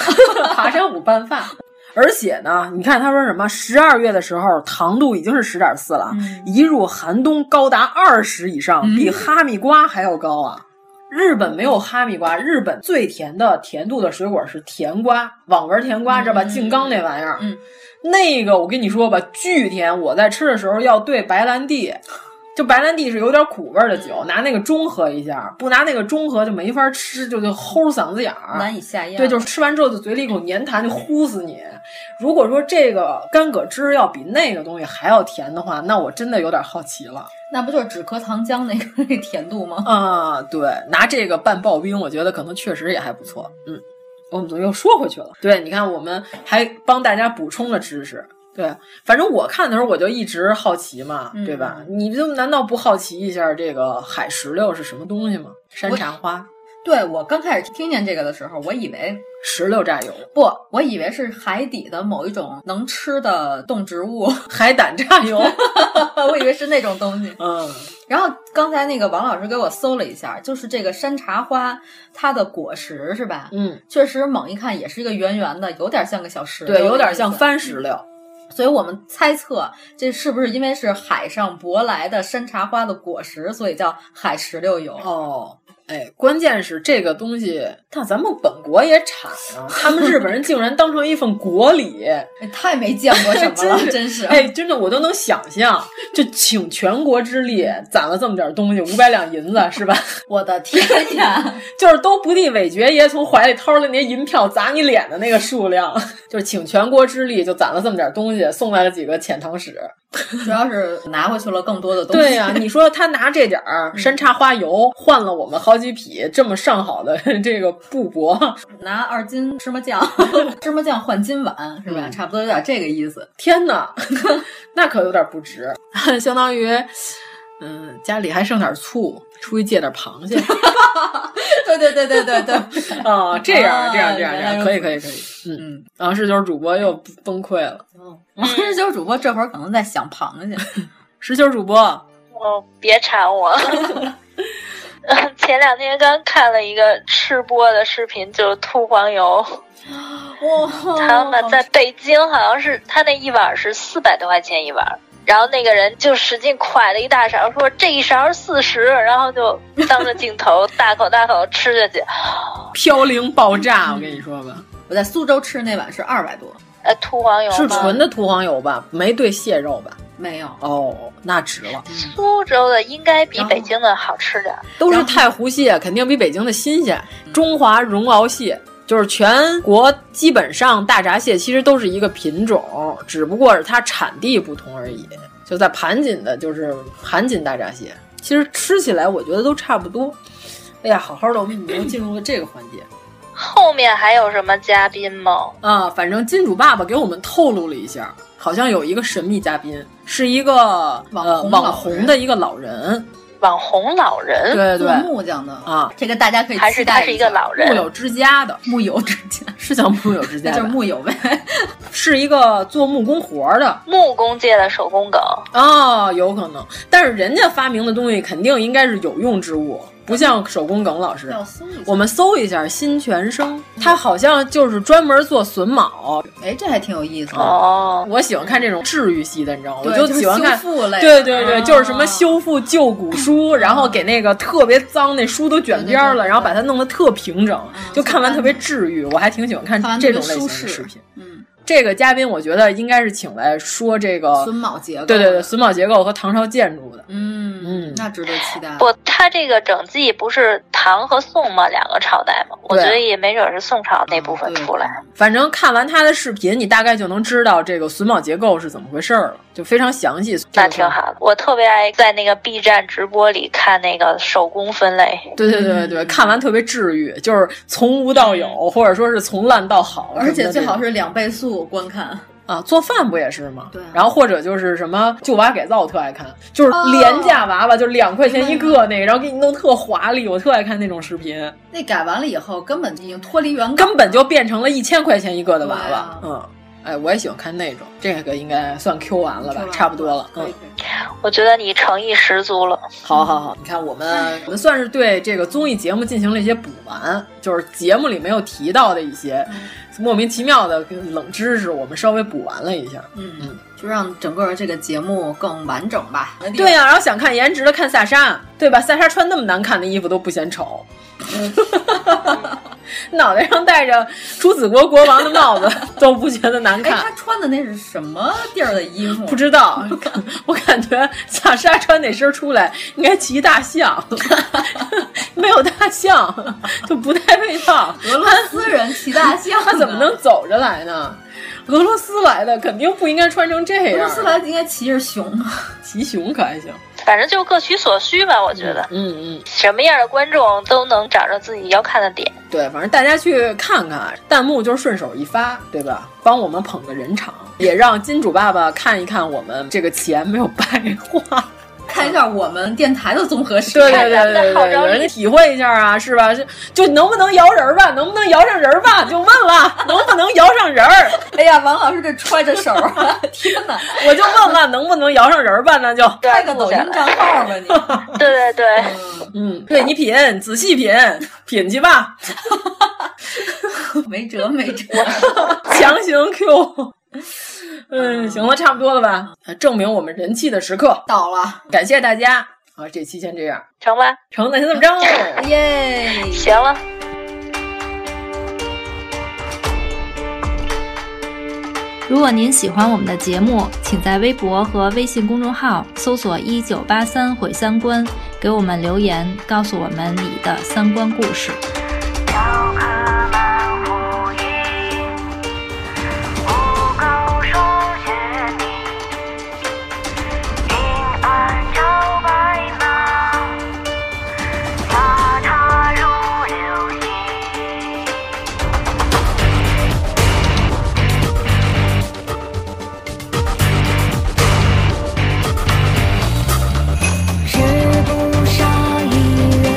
爬山虎拌饭。而且呢，你看他说什么？十二月的时候糖度已经是十点四
嗯
了，一入寒冬高达二十以上，比哈密瓜还要高啊！日本没有哈密瓜，日本最甜的甜度的水果是甜瓜，网纹甜瓜，知道吧？静冈那玩意儿，
嗯，
那个我跟你说吧，巨甜！我在吃的时候要兑白兰地，就白兰地是有点苦味儿的酒，拿那个中和一下，不拿那个中和就没法吃，就就齁嗓子眼儿，
难以下咽。
对，就是吃完之后就嘴里一口粘痰，就呼死你。如果说这个干葛汁要比那个东西还要甜的话，那我真的有点好奇了。
那不就是止咳糖浆那个 那甜度吗？
啊，对，拿这个拌刨冰，我觉得可能确实也还不错。嗯，我们怎么又说回去了？对，你看，我们还帮大家补充了知识。对，反正我看的时候我就一直好奇嘛，对吧？你就难道不好奇一下这个海石榴是什么东西吗？山茶花、
对我刚开始听见这个的时候，我以为
石榴榨油、
不，我以为是海底的某一种能吃的动植物，
海胆榨
哦
油，
我以为是那种东西。
嗯，
然后刚才那个王老师给我搜了一下，就是这个山茶花，它的果实是吧？
嗯，
确实猛一看也是一个圆圆的，有点像个小石榴，
对，有点像。番石榴。
所以我们猜测这是不是因为是海上舶来的山茶花的果实，所以叫海石榴油？
哦，哎，关键是这个东西，但咱们本国也产啊，他们日本人竟然当成一份国礼，
哎太没见过什么 了，真是。啊
哎，真的我都能想象，就请全国之力攒了这么点东西，五百两银子是吧？
我的天呀！
就是都不地韦爵爷从怀里掏了那些银票砸你脸的那个数量，就是请全国之力就攒了这么点东西，送来了几个遣唐使。
主要是拿回去了更多的东西。
对呀、你说他拿这点儿山茶花油换了我们好几匹这么上好的 这个布帛，
拿二斤芝麻 酱，芝麻酱换金碗是吧？
嗯
差不多有点这个意 思。
天哪，那可有点不值， 相当于，嗯，家里还剩点醋，出去借点螃蟹
对对对对对对，
啊，这样这样这样这
原来如
样，
此
可以可以可以，嗯嗯，然后是就是主播又崩溃了，
嗯
王十九主播这会儿可能在想螃蟹，
十九主播，
哦，别缠我。 呃前两天刚看了一个吃播的视频，就是吐黄油，
哇
他们在北京好像是他那一碗是四百多块钱一碗，然后那个人就使劲蒯了一大勺，说这一勺四十，然后就当着镜头大口大口吃下去，
飘零爆炸，我跟你说吧，
我在苏州吃那碗是二百多，
呃，吐黄油
是
吗
纯的涂黄油吧，没兑蟹肉吧？
没有。
哦，那值了，
苏州的应该比北京的好吃点儿。
都是太湖蟹，肯定比北京的新鲜。中华绒螯蟹就是全国基本上大闸蟹其实都是一个品种，只不过是它产地不同而已。就在盘锦的，就是盘锦大闸蟹，其实吃起来我觉得都差不多。哎呀，好好的，我们已经进入了这个环节
后面还有什么嘉宾吗？
啊。反正金主爸爸给我们透露了一下，好像有一个神秘嘉宾，是一个
网
呃
红老人
网红的一个老人，
网红老人
对对
做木匠的
啊，
这个大家可以
还是
期待
他是一个
下
老
木
人？
有之家的，
木友之家，
是 叫木有之
那
家
就是
吧？
木友呗。
是一个做木工活儿的
木工界的手工梗，
哦，有可能。但是人家发明的东西肯定应该是有用之物，不像手工梗老 师。
搜
我们搜一下新全生，他好像就是专门做榫卯。
哎，这还挺有意思的。
哦，
我喜欢看这种治愈系的，你知道吗？我
对
喜欢
是
看
修。复类的，
对对对，
啊
就是什么修复旧 古书，然后给那个特别脏那书都卷边儿
对对
了，
对
然后把它弄得特平整，就看完
嗯
特别治愈。我还挺喜欢看
看完
这
特
种
别
类型
舒
的
适
视频。
嗯，
这个嘉宾我觉得应该是请来说这
哦
榫
个
卯结构，
对对对，，榫卯结构和唐朝建筑的。
嗯
嗯
那值得期待。
不，他这个整季不是唐和宋吗？两个朝代吗？我
对
觉得也没准是宋朝那部
嗯
分出来。
反正看完他的视频，你大概就能知道这个榫卯结构是怎么回事儿了，就非常详细。
那挺。好的，我特别爱在那个 B 站直播里看那个手工分类。
对对对对对，看完特别治愈，就是从无到有，或者说是从烂到好，
嗯
啊
而且最好
是
是两倍速观看，
啊，做饭不也是吗？
对啊
然后或者就是什么旧娃改造，我特爱看，就是廉价娃娃，就两块钱一个那个，然后给你弄特华丽，我特爱看那种视频，
那改完了以后根本已经脱离原稿，
根本就变成了一千块钱一个的娃娃。
对
嗯，哎，我也喜欢看那种，这个应该算 Q 完了吧，差不多了。嗯，
我觉得你诚意十足了。
好好好，你看我们我们算是对这个综艺节目进行了一些补完，就是节目里没有提到的一些莫名其妙的冷知识，我们稍微补完了一下。
嗯嗯，就让整个这个节目更完整吧。
对啊呀、然后想看颜值的看萨莎，对吧？萨莎穿那么难看的衣服都不嫌丑， 脑袋上戴着朱子国国王的帽子都不觉得难
哎，
看
他。穿的那是什么地儿的衣服？
不知道，我感觉萨莎穿那身出来应该骑大象， 没有大象就不太配套。
俄罗斯人骑大象呢，
他怎么能走着来呢？俄罗斯来的肯定不应该穿成这样。啊
俄罗斯来应该骑着熊 啊。
骑熊可还行？
反正就各取所需吧，我觉得。
嗯嗯，
什么样的观众都能找着自己要看的点。
对，反正大家去看看，弹幕就是顺手一发，对吧？帮我们捧个人场，也让金主爸爸看一看我们这个钱没有白花。
看一下我们电台的综合实
对
力，
对对对对，有人体会一下啊，是吧？就就能不能摇人儿吧？能不能摇上人儿吧？就问了，能不能摇上人儿？
哎呀，王老师这揣着手啊， 天哪！
我就问了，能不能摇上人儿吧？那就
开个抖音账号吧你。
对对对，
嗯，对你品，仔细品，品去吧，
没辙没辙。
强行 Q。嗯，行了，差不多了吧？啊证明我们人气的时刻
到了，
感谢大家啊！这期先这样，
成吧，
成，那先这么着喽。
耶！
行了。
如果您喜欢我们的节目，请在微博和微信公众号搜索“一九八三毁三观”，给我们留言，告诉我们你的三观故事。
是不杀一人，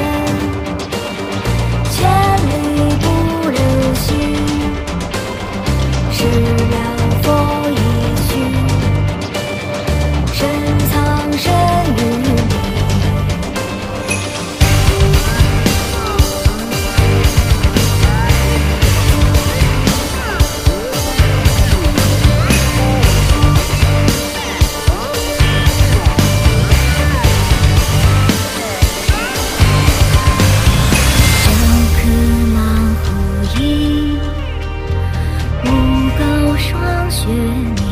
千里不留行。是良佛一曲，深藏身与名。无高霜雪凝。